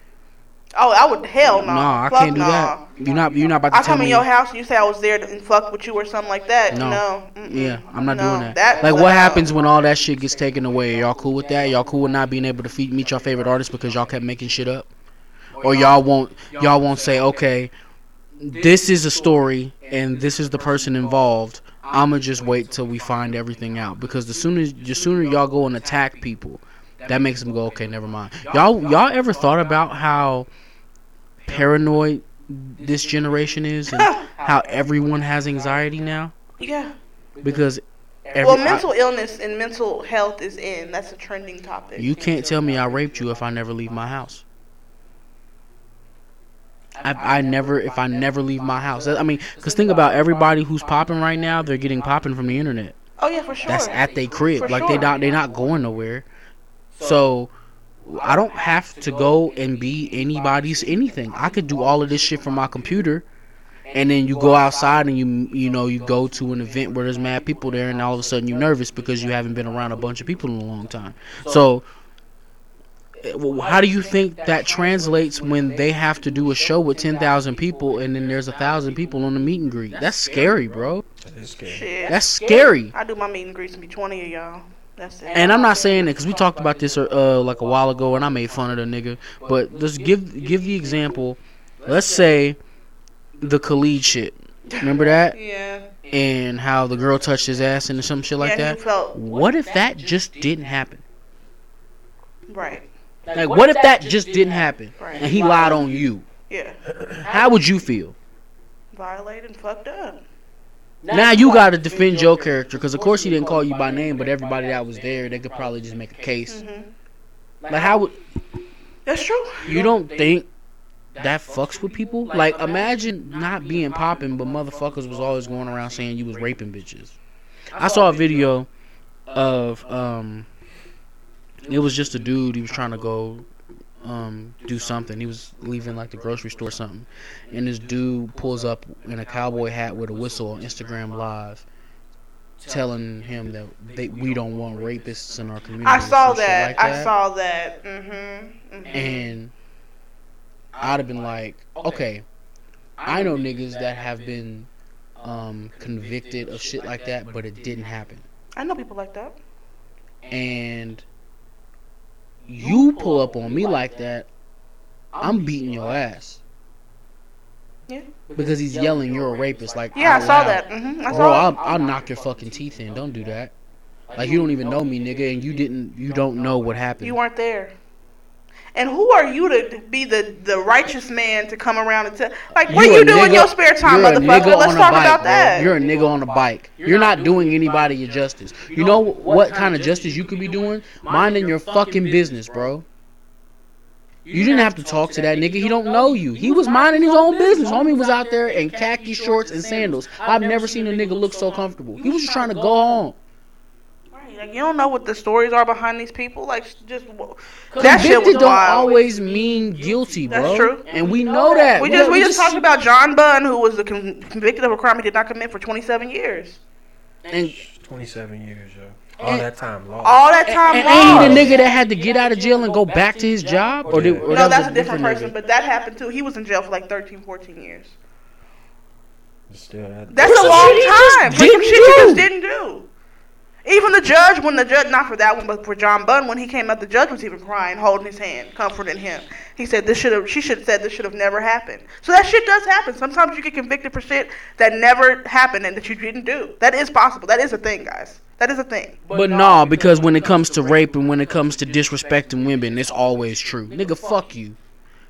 S1: Oh, I would hell no.
S3: no, I
S1: Fuck
S3: can't do
S1: no.
S3: that. You're not. You're not about to
S1: I
S3: tell
S1: come in
S3: me.
S1: your house and you say I was there and fuck with you or something like that.
S3: No.
S1: No. Mm-mm.
S3: Yeah, I'm not
S1: No,
S3: doing that.
S1: that-
S3: like,
S1: no.
S3: what happens when all that shit gets taken away? Y'all cool with that? Y'all cool with not being able to feed, meet your favorite artists because y'all kept making shit up? Or y'all won't y'all won't say, okay, this is a story and this is the person involved. I'ma just wait till we find everything out because the sooner the sooner y'all go and attack people, that makes them go okay, never mind. Y'all y'all ever thought about how paranoid this generation is and how everyone has anxiety now
S1: Yeah.
S3: because every,
S1: well,
S3: I-
S1: mental illness and mental health is in. That's a trending topic.
S3: you can't tell me I raped you if I never leave my house. I, I never if I never leave my house. I mean, cause think about everybody who's popping right now. They're getting popping from the internet.
S1: oh yeah, for sure.
S3: that's at they crib.
S1: For
S3: like they
S1: sure.
S3: not they not going nowhere. So I don't have to go and be anybody's anything. I could do all of this shit from my computer, and then you go outside and you you know you go to an event where there's mad people there, and all of a sudden you're nervous because you haven't been around a bunch of people in a long time. So. eh, well, How do you think that translates when they have to do a show with ten thousand people and then there's a thousand people on the meet and greet? That's scary, bro.
S2: That is scary.
S1: Shit.
S3: That's scary.
S1: I do my meet and greets and be twenty of y'all. That's it.
S3: And I'm not saying it because we talked about this uh, like a while ago, and I made fun of the nigga. But let's give give the example. Let's say the Khalid shit. Remember that?
S1: yeah.
S3: And how the girl touched his ass and some shit like
S1: yeah,
S3: that.
S1: he felt
S3: What if that just didn't happen?
S1: right.
S3: Like, what if that just didn't happen?
S1: Right.
S3: And he lied on you.
S1: Yeah.
S3: How would you feel?
S1: Violated and fucked up.
S3: Now you gotta defend your character because of course he didn't call you by name, but everybody that was there, they could probably just make a case.
S1: hmm
S3: Like how would
S1: That's true.
S3: You don't think that fucks with people? Like, imagine not being popping, but motherfuckers was always going around saying you was raping bitches. I saw a video of um, it was just a dude. He was trying to go um do something. He was leaving like the grocery store or something, and this dude pulls up in a cowboy hat with a whistle on Instagram Live. Telling him that they, we don't want rapists in our community.
S1: I
S3: or
S1: saw
S3: some shit
S1: that.
S3: like
S1: I saw that. Mm-hmm. hmm
S3: and I'd have been like, okay, I know niggas that have been um, convicted of shit like that, but it didn't happen.
S1: I know people like that.
S3: Oh, And you pull up on me like that, I'm beating your ass.
S1: Yeah.
S3: Because he's yelling, you're a rapist. Like,
S1: Yeah, I
S3: out
S1: saw
S3: loud.
S1: that. hmm I
S3: Bro,
S1: saw
S3: I'll, I'll knock your fucking teeth in. Don't do that. Like, you don't even know me, nigga, and you didn't, you don't know what
S1: it.
S3: happened.
S1: You weren't there. And who are you to be the, the righteous man to come around and tell? Like, what
S3: You
S1: you
S3: a
S1: do in
S3: nigga-
S1: your spare time,
S3: you're a
S1: motherfucker?
S3: nigga
S1: Let's
S3: on a
S1: talk
S3: bike,
S1: about
S3: bro.
S1: that.
S3: You're a nigga on a bike. You're not doing anybody a justice. You know what kind of justice you could be doing? Minding your fucking business, bro. You didn't have to talk to that nigga. He don't know you. He was minding his own business. Homie was out there in khaki shorts and sandals. I've never seen a nigga look so comfortable. He was just trying to go home.
S1: Right, like you don't know what the stories are behind these people. Like just w- that shit was
S3: Convicted don't
S1: wild.
S3: always mean guilty, bro.
S1: That's true.
S3: And we know that.
S1: we just we just talked about John Bunn, who was the con- convicted of a crime he did not commit for 27 years.
S3: and,
S2: 27 years, yo. All that time lost.
S1: All that time
S3: and
S1: long.
S3: ain't he the nigga that had to get out of jail and go back to his job? Or, did, or
S1: no,
S3: that was
S1: that's a different person,
S3: nigga?
S1: but that happened too. He was in jail for like 13, 14 years.
S2: Still, that,
S1: That's
S3: For
S1: a
S3: some
S1: long
S3: shit he just
S1: time. For some
S3: didn't
S1: shit he
S3: do.
S1: just didn't do. Even the judge, when the judge, not for that one, but for John Bunn, when he came out, the judge was even crying, holding his hand, comforting him. He said, "This should have." She should have said, "This should have never happened." So that shit does happen. Sometimes you get convicted for shit that never happened and that you didn't do. That is possible. That is a thing, guys. That is a thing.
S3: But nah, because when it comes to rape and when it comes to disrespecting women, it's always true. Nigga, fuck you.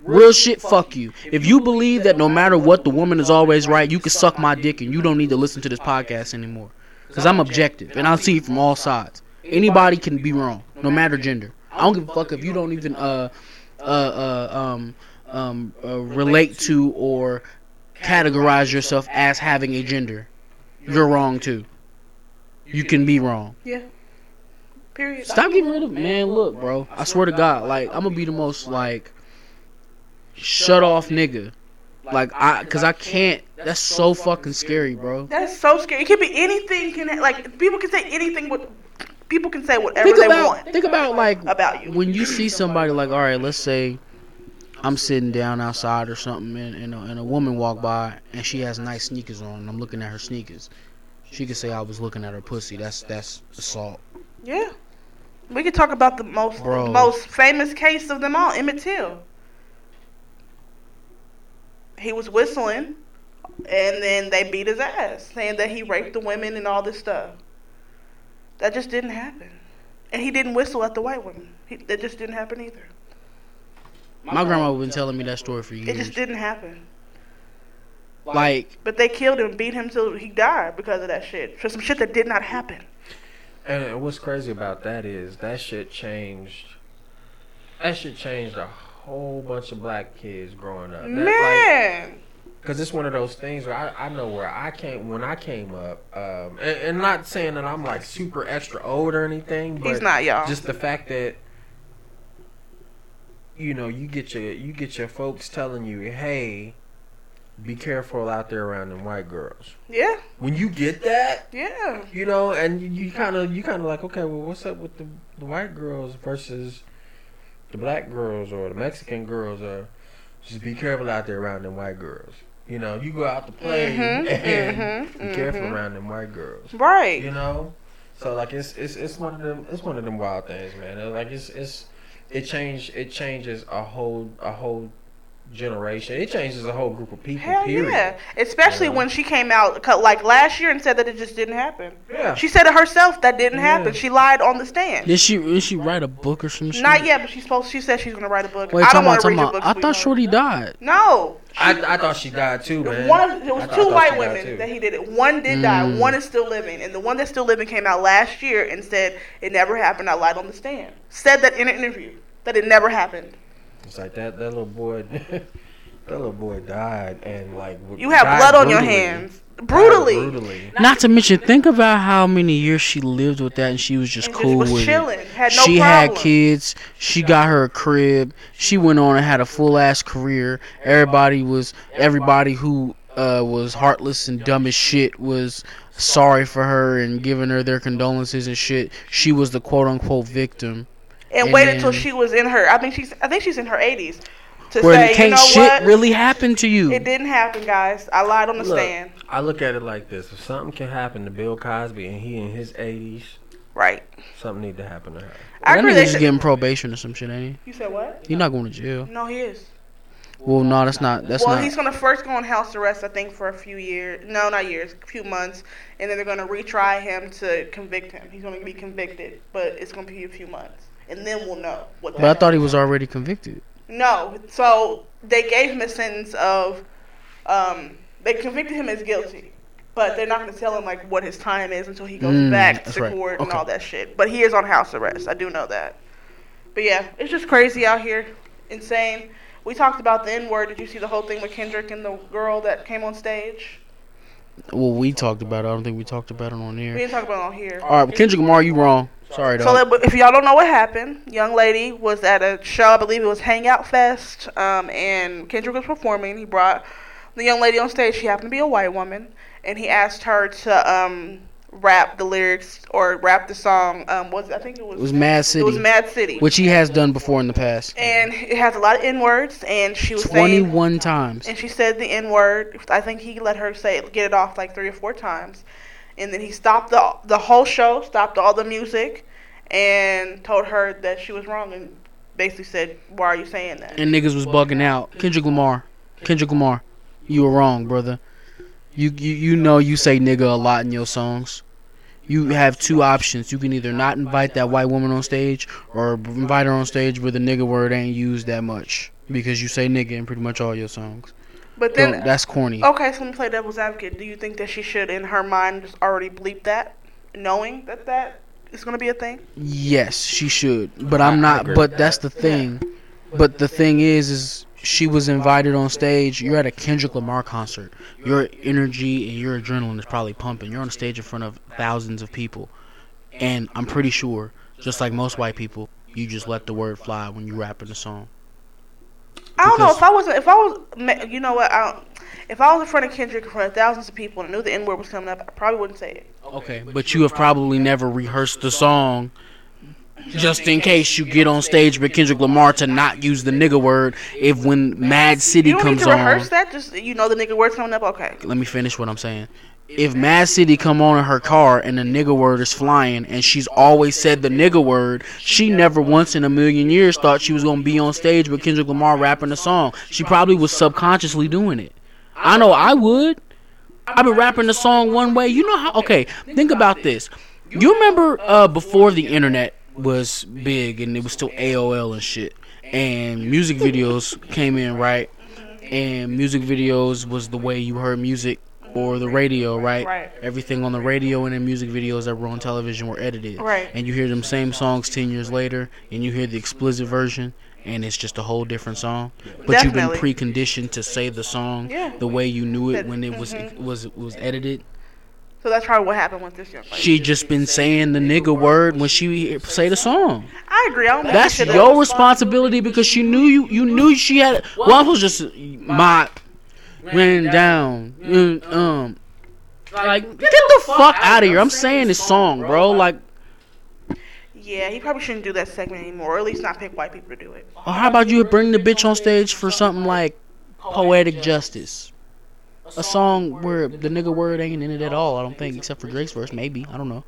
S3: Real shit, fuck you. If you believe that no matter what, the woman is always right, you can suck my dick and you don't need to listen to this podcast anymore. Because I'm objective and I'll see it from all sides. Anybody can be wrong, no matter gender. I don't give a fuck if you don't even uh uh, uh um um uh, relate to or categorize yourself as having a gender. You're wrong too. You can be wrong.
S1: Yeah. Period.
S3: Stop getting rid of man. Look, bro. I swear to God, like I'm gonna be the most like shut off nigga. Like I, cause I can't. That's so fucking scary, bro.
S1: That is so scary. It could be anything. Can ha- like people can say anything. What people can say whatever
S3: Think
S1: they
S3: about,
S1: want
S3: think about like
S1: about you.
S3: when you see somebody like, all right, let's say I'm sitting down outside or something, and and a, and a woman walk by and she has nice sneakers on, and I'm looking at her sneakers. She could say I was looking at her pussy. That's that's assault.
S1: Yeah. We could talk about the most
S3: Bro.
S1: the most famous case of them all, Emmett Till. He was whistling and then they beat his ass, saying that he raped the women and all this stuff. That just didn't happen, and he didn't whistle at the white woman. He, that just didn't happen either.
S3: My grandma been telling me that story for
S1: It just
S3: years.
S1: didn't happen.
S3: Like,
S1: But they killed him, beat him till he died because of that shit. For some shit that did not happen.
S2: And what's crazy about that is that shit changed. That shit changed a whole bunch of black kids growing up. That, like,
S1: Man.
S2: Cause it's one of those things where I, I know where I came when I came up, um, and, and not saying that I'm like super extra old or anything, but
S1: He's not, y'all.
S2: just the fact that you know you get your you get your folks telling you, hey, be careful out there around them white girls.
S1: yeah,
S2: When you get that,
S1: yeah.
S2: you know, and you- you kind of you kind of like, okay, well, what's up with the, the white girls versus the black girls or the Mexican girls? Or just be careful out there around them white girls. You know, you go out to play
S1: Mhm,
S2: and
S1: mhm,
S2: be careful
S1: mhm.
S2: around them white girls.
S1: Right.
S2: You know, so like it's it's it's one of them it's one of them wild things, man. And, Like it's it's it changed it changes a whole a whole generation. It changes a whole group of people.
S1: Hell
S2: period.
S1: yeah. Especially
S2: You know?
S1: when she came out cut- like last year and said that it just didn't happen.
S2: Yeah.
S1: She said it herself that didn't
S2: Yeah.
S1: happen. She lied on the stand.
S3: did she did she write a book or some shit?
S1: Not yet, but she's supposed. She said she's gonna write a book.
S3: Wait,
S1: I don't
S3: talking about,
S1: want to
S3: talking
S1: read your
S3: about.
S1: book.
S3: I
S1: sweetheart.
S3: thought Shorty died.
S1: No,
S2: I, I thought she died too, man.
S1: one of it was
S2: I- I
S1: two
S2: thought
S1: white
S2: she died
S1: women
S2: too.
S1: that he did it. One did die. One is still living, and the one that's still living came out last year and said it never happened. I lied on the stand. Said that in an interview that it never happened.
S2: It's like that that little boy, that little boy died, and like w-
S1: You have
S2: died
S1: blood on your
S2: brutally.
S1: hands,
S2: Died
S1: brutally.
S2: brutally.
S3: Not to mention, think about how many years she lived with that, and she was just
S1: And just
S3: cool
S1: was
S3: with it.
S1: chilling. Had no
S3: she
S1: problem.
S3: had kids. She got her a crib. She went on and had a full ass career. Everybody was everybody who uh, was heartless and dumb as shit was sorry for her and giving her their condolences and shit. She was the quote unquote victim.
S1: and
S3: And
S1: waited until
S3: then-
S1: she was in her. I think she's. I think she's in her eighties. To
S3: Where
S1: say,
S3: can't
S1: you know
S3: shit
S1: what?
S3: really happen to you?
S1: It didn't happen, guys. I lied on the
S2: Look,
S1: stand.
S2: I look at it like this: if something can happen to Bill Cosby and he in his eighties,
S1: Right.
S2: something need to happen to her.
S1: I
S3: That
S1: agree. They
S3: nigga's just
S1: should,
S3: getting probation or some shit, ain't
S1: you said what?
S3: he? He not going to jail.
S1: No, he is.
S3: Well, no, that's not. That's
S1: well,
S3: not.
S1: he's gonna first go on house arrest, I think, for a few years. No, not years, a few months, and then they're gonna retry him to convict him. He's gonna be convicted, but it's gonna be a few months, and then we'll know what.
S3: But I thought he was already convicted.
S1: No, so they gave him a sentence of, um, they convicted him as guilty, but they're not going to tell him like what his time is until he goes
S3: Mm,
S1: back
S3: that's
S1: to
S3: right.
S1: court and
S3: Okay.
S1: all that shit. But he is on house arrest. I do know that. But yeah, it's just crazy out here, insane. We talked about the N word. Did you see the whole thing with Kendrick and the girl that came on stage?
S3: Well, we talked about it. I don't think we talked about it on
S1: We
S3: air.
S1: didn't talk about it on here.
S3: All right, Kendrick Lamar, you wrong. Sorry,
S1: So
S3: dog.
S1: that- if y'all don't know what happened, young lady was at a show. I believe it was Hangout Fest, um, and Kendrick was performing. He brought the young lady on stage. She happened to be a white woman, and he asked her to um, rap the lyrics or rap the song. Um, was I think it was
S3: It was Mad City,
S1: it was Mad City,
S3: which he has done before in the past,
S1: and it has a lot of n words. And she was saying,
S3: twenty-one times.
S1: and she said the N word. I think he let her say it, get it off like three or four times, and then he stopped the the whole show, stopped all the music, and told her that she was wrong, and basically said, "Why are you saying that?"
S3: And niggas was bugging out. Kendrick Lamar, Kendrick Lamar, you were wrong, brother. You you you know you say nigga a lot in your songs. You have two options. You can either not invite that white woman on stage, or invite her on stage where the nigga word ain't used that much because you say nigga in pretty much all your songs.
S1: But
S3: Don't-
S1: then,
S3: that's corny.
S1: okay, so let me play devil's advocate. Do you think that she should, in her mind, just already bleep that, knowing that that is going to be a thing?
S3: Yes, she should. But
S2: I- I
S3: I'm not.
S2: agree
S3: But that's the thing. But the thing is, is she was invited on stage. You're at a Kendrick Lamar concert. Your energy and your adrenaline is probably pumping. You're on stage in front of thousands of people, and I'm pretty sure, just like most white people, you just let the word fly when you rapping the song.
S1: I don't know
S3: Because-
S1: if I was if I was ma- you know what I don't, if I was in front of Kendrick in front of thousands of people and knew the N word was coming up, I probably wouldn't say it.
S3: Okay, but you have probably never rehearsed the song. Just in case you get on stage with Kendrick Lamar to not use the nigga word, if when Mad City
S1: You don't need
S3: comes
S1: to
S3: on,
S1: rehearse that. Just you know the nigga word's coming up. Okay.
S3: let me finish what I'm saying. If Mad City come on in her car and the nigga word is flying and she's always said the nigga word, she never once in a million years thought she was gonna be on stage with Kendrick Lamar rapping a song. She probably was subconsciously doing it. I know I would. I've been rapping the song one way. You know how? Okay, think about this. You remember uh, before the internet was big and it was still AOL and shit, and music videos came in, right? And music videos was the way you heard music or the radio, right?
S1: Right.
S3: Everything on the radio and in music videos that were on television were edited.
S1: Right.
S3: And you hear them same songs 10 years later, and you hear the explicit version, and it's just a whole different song. But
S1: Definitely.
S3: you've been preconditioned to say the song
S1: Yeah. Mm-hmm.
S3: the way you knew it
S1: That-
S3: when it was it was it was edited.
S1: So that's probably what happened with this young lady.
S3: She just been saying the nigga word when she say the song.
S1: I agree. I don't think
S3: That's
S1: she should've-
S3: your responsibility because she knew you. You knew she had. Waffles just my ran down. Mm, Um, like get the fuck out of here. I'm saying this song, bro. Like,
S1: Yeah, he probably shouldn't do that segment anymore, or at least not pick white people to do it.
S3: or how about you bring the bitch on stage for something like poetic justice? A song where the nigga word ain't in it at all. I don't think, except for Drake's verse, maybe. I don't know.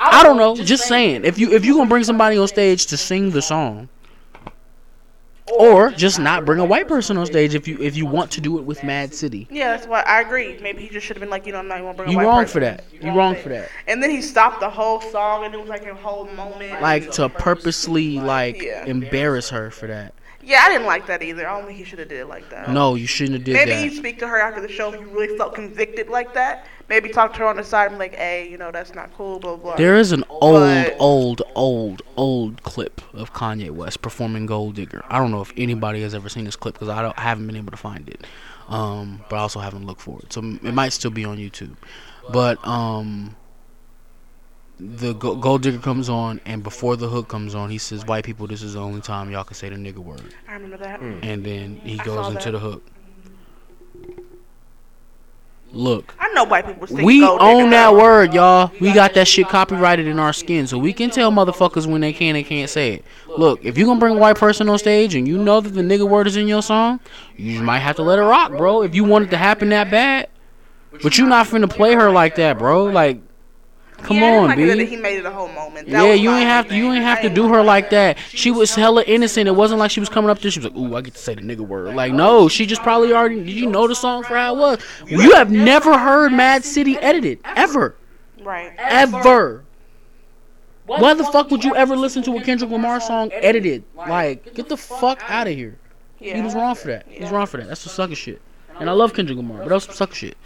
S3: I don't know. Just saying, if you if you gonna bring somebody on stage to sing the song, or just not bring a white person on stage if you if you want to do it with Mad City,
S1: Yeah, that's why I agree. Maybe he just should have been like, you know, I'm not even gonna bring a
S3: you
S1: white
S3: wrong
S1: person.
S3: for that. You wrong for that.
S1: And then he stopped the whole song, and it was like a whole moment.
S3: Like to purposely like
S1: Yeah.
S3: embarrass her for that.
S1: yeah, I didn't like that either. I don't think he should have did it like that.
S3: No, you shouldn't have did
S1: Maybe you
S3: that.
S1: speak to her after the show if you really felt convicted like that. Maybe talk to her on the side and be like, hey, you know, that's not cool, blah, blah.
S3: There is an old,
S1: But-
S3: old, old, old clip of Kanye West performing Gold Digger. I don't know if anybody has ever seen this clip because I don't I haven't been able to find it. Um, but I also haven't looked for it, so it might still be on YouTube. But um, the Go- Gold Digger comes on, and before the hook comes on, he says, "White people, this is the only time y'all can say the nigga word,"
S1: I remember that.
S3: and then he
S1: I
S3: goes
S1: saw
S3: into
S1: that.
S3: the hook. Look,
S1: I know white people sing
S3: we
S1: gold digger,
S3: own that
S1: though.
S3: word, y'all. We got that shit copyrighted in our skin, so we can tell motherfuckers when they can and can't say it. Look, if you gonna bring a white person on stage and you know that the nigga word is in your song, you just might have to let it rock, bro. If you want it to happen that bad, but you not finna play her like that, bro. Like, come
S1: yeah, I didn't
S3: on,
S1: like That
S3: b.
S1: he made it a whole moment. That
S3: Yeah,
S1: was
S3: you
S1: my
S3: ain't have to. You
S1: thing.
S3: ain't have
S1: I
S3: to
S1: didn't
S3: do
S1: like
S3: her
S1: that.
S3: like that. She was hella innocent. It wasn't like she was coming up there. She was like, "Ooh, I get to say the nigga word." Like, no, she just probably already. Did you know the song for how it was? You have never heard Mad City edited ever,
S1: Right.
S3: ever. Why the fuck would you ever listen to a Kendrick Lamar song edited? Like, get the fuck out of here.
S1: Yeah.
S3: He was wrong for that. He was wrong for that. That's some sucker shit. And I love Kendrick Lamar, but that was some sucker shit.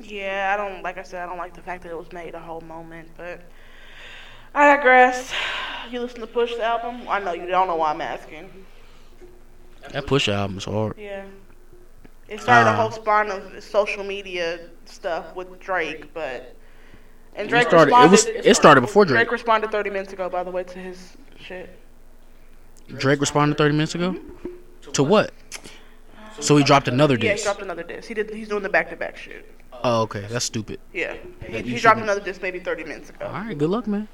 S1: Yeah, I don't like I said, I don't like the fact that it was made a whole moment, but I digress. You listen to Push the album? I know you don't know why I'm asking.
S3: That Push album is hard.
S1: Yeah. It started
S3: Uh,
S1: a whole spawn of social media stuff with Drake, but and
S3: It
S1: Drake
S3: started. It
S1: responded
S3: was. It started before Drake.
S1: Drake responded 30 minutes ago by the way to his shit.
S3: Drake responded 30 minutes ago? To what? So he dropped another
S1: Yeah, he
S3: diss.
S1: dropped another disc. He did he's doing the back-to-back shit.
S3: Oh, okay. That's stupid.
S1: Yeah. He, he
S3: you
S1: dropped
S3: shouldn't-
S1: another disc maybe 30 minutes ago.
S3: All right. Good luck, man.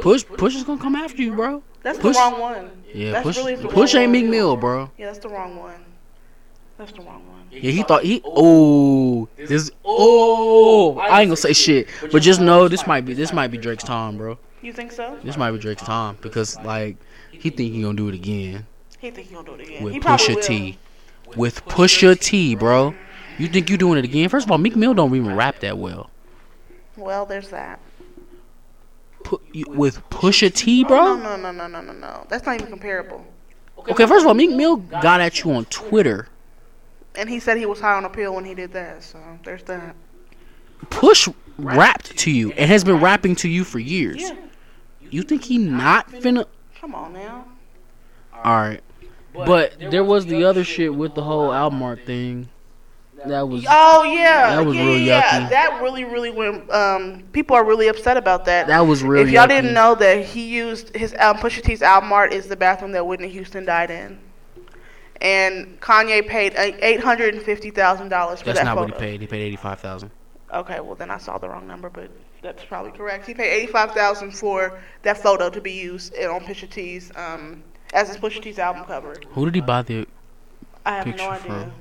S3: Push Push is going to come after you, bro.
S1: That's
S3: Push-
S1: the wrong one.
S3: Yeah,
S1: That's
S3: Push
S1: really the
S3: Push
S1: wrong
S3: ain't
S1: one.
S3: Meek Mill, bro.
S1: Yeah, that's the wrong one. That's the wrong one.
S3: Yeah, he thought he Oh, this Oh, I ain't going to say shit, but just know this might be this might be Drake's time, bro.
S1: You think so?
S3: This might be Drake's time because like he think he going to do it again
S1: He think he'll do it again.
S3: with
S1: he probably
S3: Pusha
S1: will.
S3: T. With Pusha T, bro. You think you doing it again? First of all, Meek Mill don't even rap that well.
S1: Well, there's that.
S3: Pu- you, with Pusha T, bro?
S1: Oh, No, no, no, no, no, no, no. That's not even comparable.
S3: Okay, first of all, Meek Mill got at you on Twitter.
S1: And he said he was high on appeal when he did that, so there's that.
S3: Push rapped to you and has been rapping to you for years.
S1: Yeah.
S3: You think he not finna?
S1: Come on now.
S3: All right, but there was the other shit with the whole album art thing. That was
S1: Oh yeah,
S3: That was
S1: yeah,
S3: real
S1: yeah, yeah.
S3: yucky.
S1: That really, really went. Um, people are really upset about that.
S3: that was real.
S1: if y'all
S3: yucky.
S1: didn't know that he used his um, Pusha T's album art is the bathroom that Whitney Houston died in, and Kanye paid eight hundred and fifty thousand dollars for
S3: that's
S1: that
S3: not
S1: photo.
S3: what he paid. He paid eighty-five thousand.
S1: Okay, well then I saw the wrong number, but that's probably correct. He paid eighty-five thousand for that photo to be used in- on Pusha T's um as his Pusha T's album cover.
S3: Who did he buy the?
S1: I have
S3: Picture
S1: no idea.
S3: from-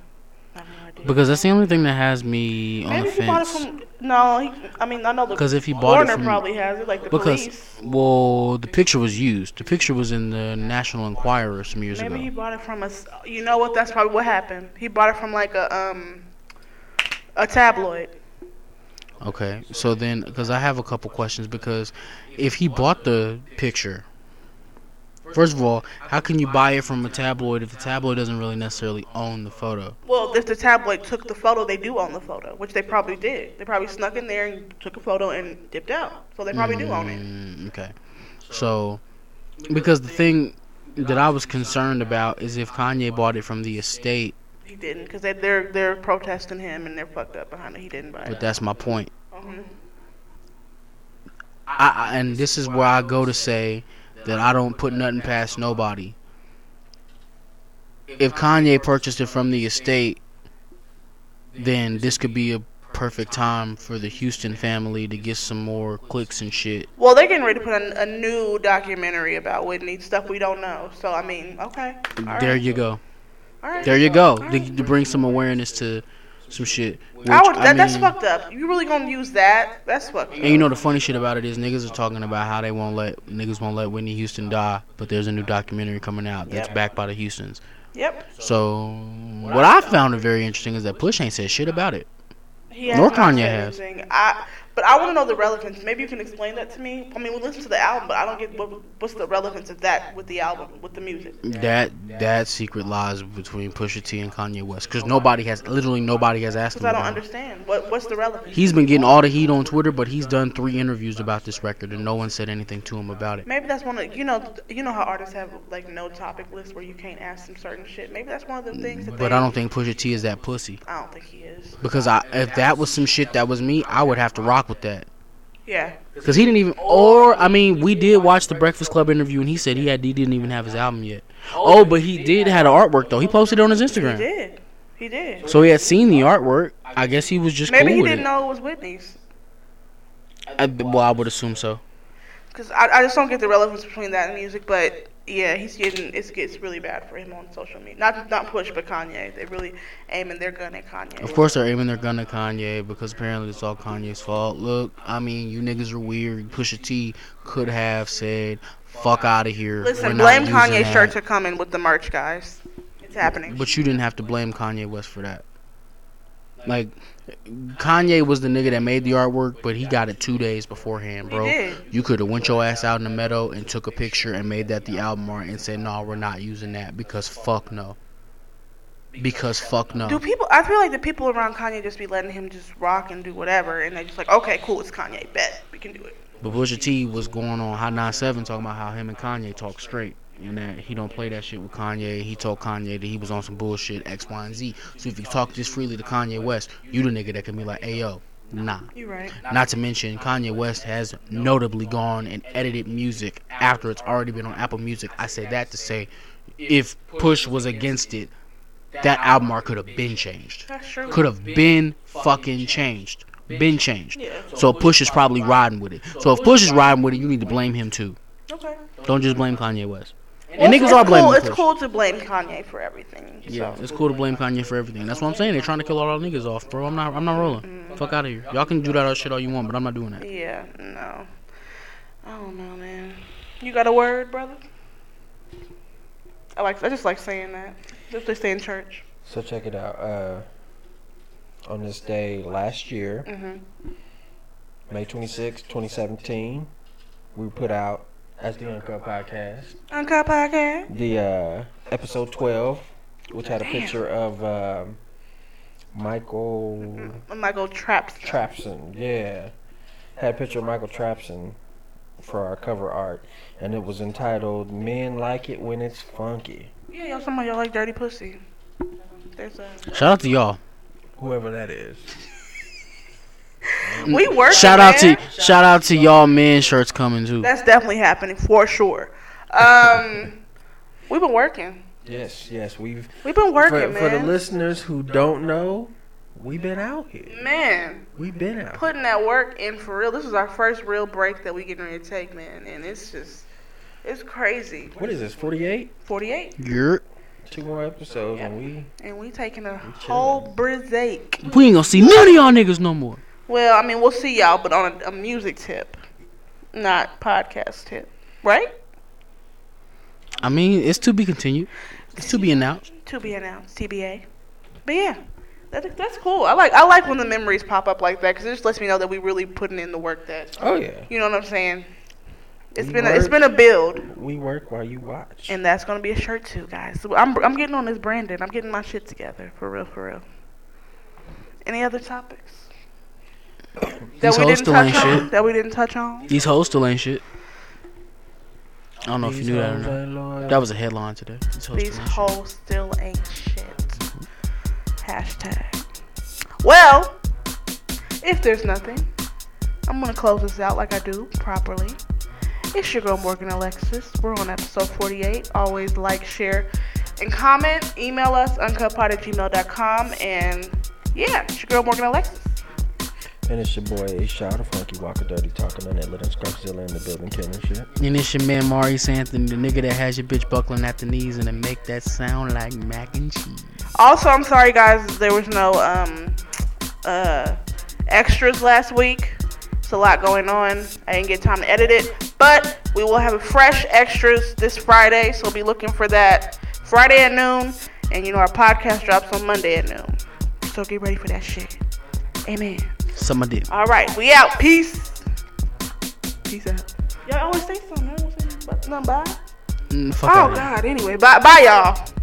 S1: I have no idea.
S3: Because that's the only thing that has me on
S1: Maybe
S3: the
S1: he bought it
S3: fence.
S1: from. No, he, I mean I know the.
S3: 'Cause if he bought it
S1: Warner
S3: from-
S1: probably has it, like the
S3: Because
S1: police.
S3: well, the picture was used. The picture was in the National Enquirer some years
S1: Maybe he
S3: ago.
S1: bought it from a. s- You know what? That's probably what happened. He bought it from like a um, a tabloid.
S3: Okay, so then because I have a couple questions because if he bought the picture, first of all, how can you buy it from a tabloid if the tabloid doesn't really necessarily own the photo?
S1: Well, if the tabloid took the photo, they do own the photo, which they probably did. They probably snuck in there and took a photo and dipped out. So they probably do own it.
S3: Mm, okay, so because the thing that I was concerned about is if Kanye bought it from the estate.
S1: He didn't, because they, they're they're protesting him and they're fucked up behind it. He didn't buy it.
S3: But that's my point.
S1: Mhm.
S3: I, I and this is where I go to say that I don't put nothing past nobody. If Kanye purchased it from the estate, then this could be a perfect time for the Houston family to get some more clicks and shit.
S1: Well, they're getting ready to put a, a new documentary about Whitney stuff we don't know. So I mean, okay. All right.
S3: There you go.
S1: All right.
S3: There you go.
S1: All
S3: To,
S1: right.
S3: to bring some awareness to some shit. Which,
S1: I would, that,
S3: I mean,
S1: that's fucked up. You really gonna use that? That's fucked up.
S3: And you know the funny shit about it is niggas are talking about how they won't let niggas won't let Whitney Houston die, but there's a new documentary coming out that's
S1: Yep.
S3: backed by the Houstons.
S1: Yep.
S3: So what I found it very interesting is that Push ain't said shit about it.
S1: He has
S3: Nor
S1: not said
S3: Kanye has.
S1: anything. I, but I want to know the relevance. Maybe you can explain that to me. I mean, we listen to the album, but I don't get what, what's the relevance of that with the album, with the music.
S3: That that secret lies between Pusha T and Kanye West because nobody has literally nobody has asked
S1: Oh, Because
S3: him.
S1: I don't
S3: about it.
S1: understand. What what's the relevance?
S3: He's been getting all the heat on Twitter, but he's done three interviews about this record and no one said anything to him about it.
S1: Maybe that's one of you know you know how artists have like no topic lists where you can't ask them certain shit. Maybe that's one of the things that.
S3: But
S1: they,
S3: I don't think Pusha T is that pussy
S1: I don't think he is.
S3: because I if that was some shit that was me, I would have to rock with that.
S1: Yeah.
S3: Because he didn't even, or I mean, we did watch the Breakfast Club interview, and he said he had he didn't even have his album yet. Oh, but he did had an artwork though. He posted it on his
S1: He
S3: Instagram,
S1: did. He did.
S3: so he had seen the artwork. I guess he was just
S1: Maybe
S3: cool
S1: he
S3: with
S1: didn't
S3: it.
S1: know it was Whitney's.
S3: I, well, I would assume so.
S1: Because I, I just don't get the relevance between that and music, but yeah, he's getting it's gets really bad for him on social media. Not not push, but Kanye. They really aiming their gun at Kanye.
S3: Of course, they're aiming their gun at Kanye because apparently it's all Kanye's fault. Look, I mean, you niggas are weird. Pusha T could have said, "Fuck out of here." We're
S1: Listen,
S3: not
S1: blame
S3: using
S1: Kanye's
S3: that."
S1: shirts are coming with the merch, guys. It's happening.
S3: But you didn't have to blame Kanye West for that. Like, Kanye was the nigga that made the artwork, but he got it two days beforehand,
S1: He
S3: bro.
S1: did.
S3: You could have went your ass out in the meadow and took a picture and made that the album art and said, no, we're not using that because fuck no. Because fuck
S1: Do
S3: no.
S1: people? I feel like the people around Kanye just be letting him just rock and do whatever, and they just like, okay, cool, it's Kanye, bet we can do it.
S3: But Pusha T was going on Hot 97 talking about how him and Kanye talk straight. And that he don't play that shit with Kanye. He told Kanye that he was on some bullshit X, Y, and Z. So if you talk this freely to Kanye West, you the nigga that can be like, "Hey yo, nah,
S1: You right?
S3: Not to mention, Kanye West has notably gone and edited music after it's already been on Apple Music. I say that to say, if Push was against it, that album art could have been changed.
S1: That's true.
S3: Could have been fucking changed. Been changed.
S1: Yeah.
S3: So Push is probably riding with it. So if Push is riding with it, you need to blame him too.
S1: Okay.
S3: Don't just blame Kanye West.
S1: Well,
S3: And niggas
S1: it's
S3: are
S1: cool,
S3: blaming
S1: It's
S3: Push.
S1: cool to blame Kanye for everything.
S3: Yeah,
S1: so.
S3: it's cool to blame Kanye for everything. That's what I'm saying. They're trying to kill all our niggas off, bro. I'm not. I'm not rolling. Fuck out of here. Y'all can do that other shit all you want, but I'm not doing that.
S1: Yeah, no. I don't know, man. You got a word, brother? I like. I just like saying that. Just they stay in church.
S2: So check it out. Uh, on this day last year,
S1: Mhm.
S2: May 26, 2017, we put out as the Uncut Podcast
S1: Uncle podcast.
S2: the uh, episode 12, which had a picture of um, Michael
S1: Michael Traps.
S2: Trapson. Yeah, had a picture of Michael Trapson for our cover art, and it was entitled "Men Like It When It's Funky."
S1: Yeah, y'all. Some of y'all like dirty pussy. There's a.
S3: Shout out to y'all.
S2: Whoever that is.
S1: We work.
S3: Shout out to shout out to y'all men shirts coming too.
S1: That's definitely happening for sure. Um, we've been working.
S2: Yes, yes, we've
S1: We've been working,
S2: for,
S1: man.
S2: for the listeners who don't know, we've been out here.
S1: man.
S2: We've been out.
S1: putting that work in for real. This is our first real break that we getting ready to take, man, and it's just it's crazy.
S2: What is this? Forty-eight.
S1: Forty eight.
S3: You're
S2: Two more episodes, and we
S1: And we taking a whole break.
S3: We ain't gonna see none of y'all niggas no more.
S1: Well, I mean, we'll see y'all, but on a, a music tip, not podcast tip, right?
S3: I mean, it's to be continued. It's to be announced.
S1: To be announced, TBA. But yeah, that, that's cool. I like I like when the memories pop up like that because it just lets me know that we really putting in the work. That
S2: oh yeah,
S1: you know what I'm saying. It's
S2: We
S1: been a, it's
S2: work.
S1: been a build,
S2: we work while you watch.
S1: and that's gonna be a shirt too, guys. So I'm I'm getting on this Brandon. I'm getting my shit together for real, for real. Any other topics that
S3: These
S1: we didn't
S3: hoes still ain't
S1: touch on?
S3: shit.
S1: That we didn't touch on.
S3: These hoes still ain't shit. I don't know if you knew that or not. That
S2: not.
S3: was a headline today. These hoes
S1: These
S3: still ain't shit.
S1: hoes still ain't shit. Hashtag. Well, if there's nothing, I'm gonna close this out like I do properly. It's your girl Morgan Alexis. We're on episode 48. Always like, share, and comment. Email us uncutpod at gmail.com. And yeah, it's your girl Morgan Alexis.
S2: And it's your boy A Shot of Funky Walker Dirty talking on that little Scarpzilla in the building killing shit.
S3: And it's your man Maurice Anthony, the nigga that has your bitch buckling at the knees and it make that sound like mac and cheese.
S1: Also, I'm sorry guys, there was no um uh extras last week. It's a lot going on. I didn't get time to edit it, but we will have a fresh extras this Friday, so be looking for that Friday at noon. And you know our podcast drops on Monday at noon, so get ready for that shit. Amen.
S3: Some I did.
S1: All right, we out. Peace. Peace out. Y'all always say something. I don't say nothing. Bye.
S3: Mm, fuck
S1: Oh
S3: all y'all.
S1: God. Anyway, bye, bye, y'all.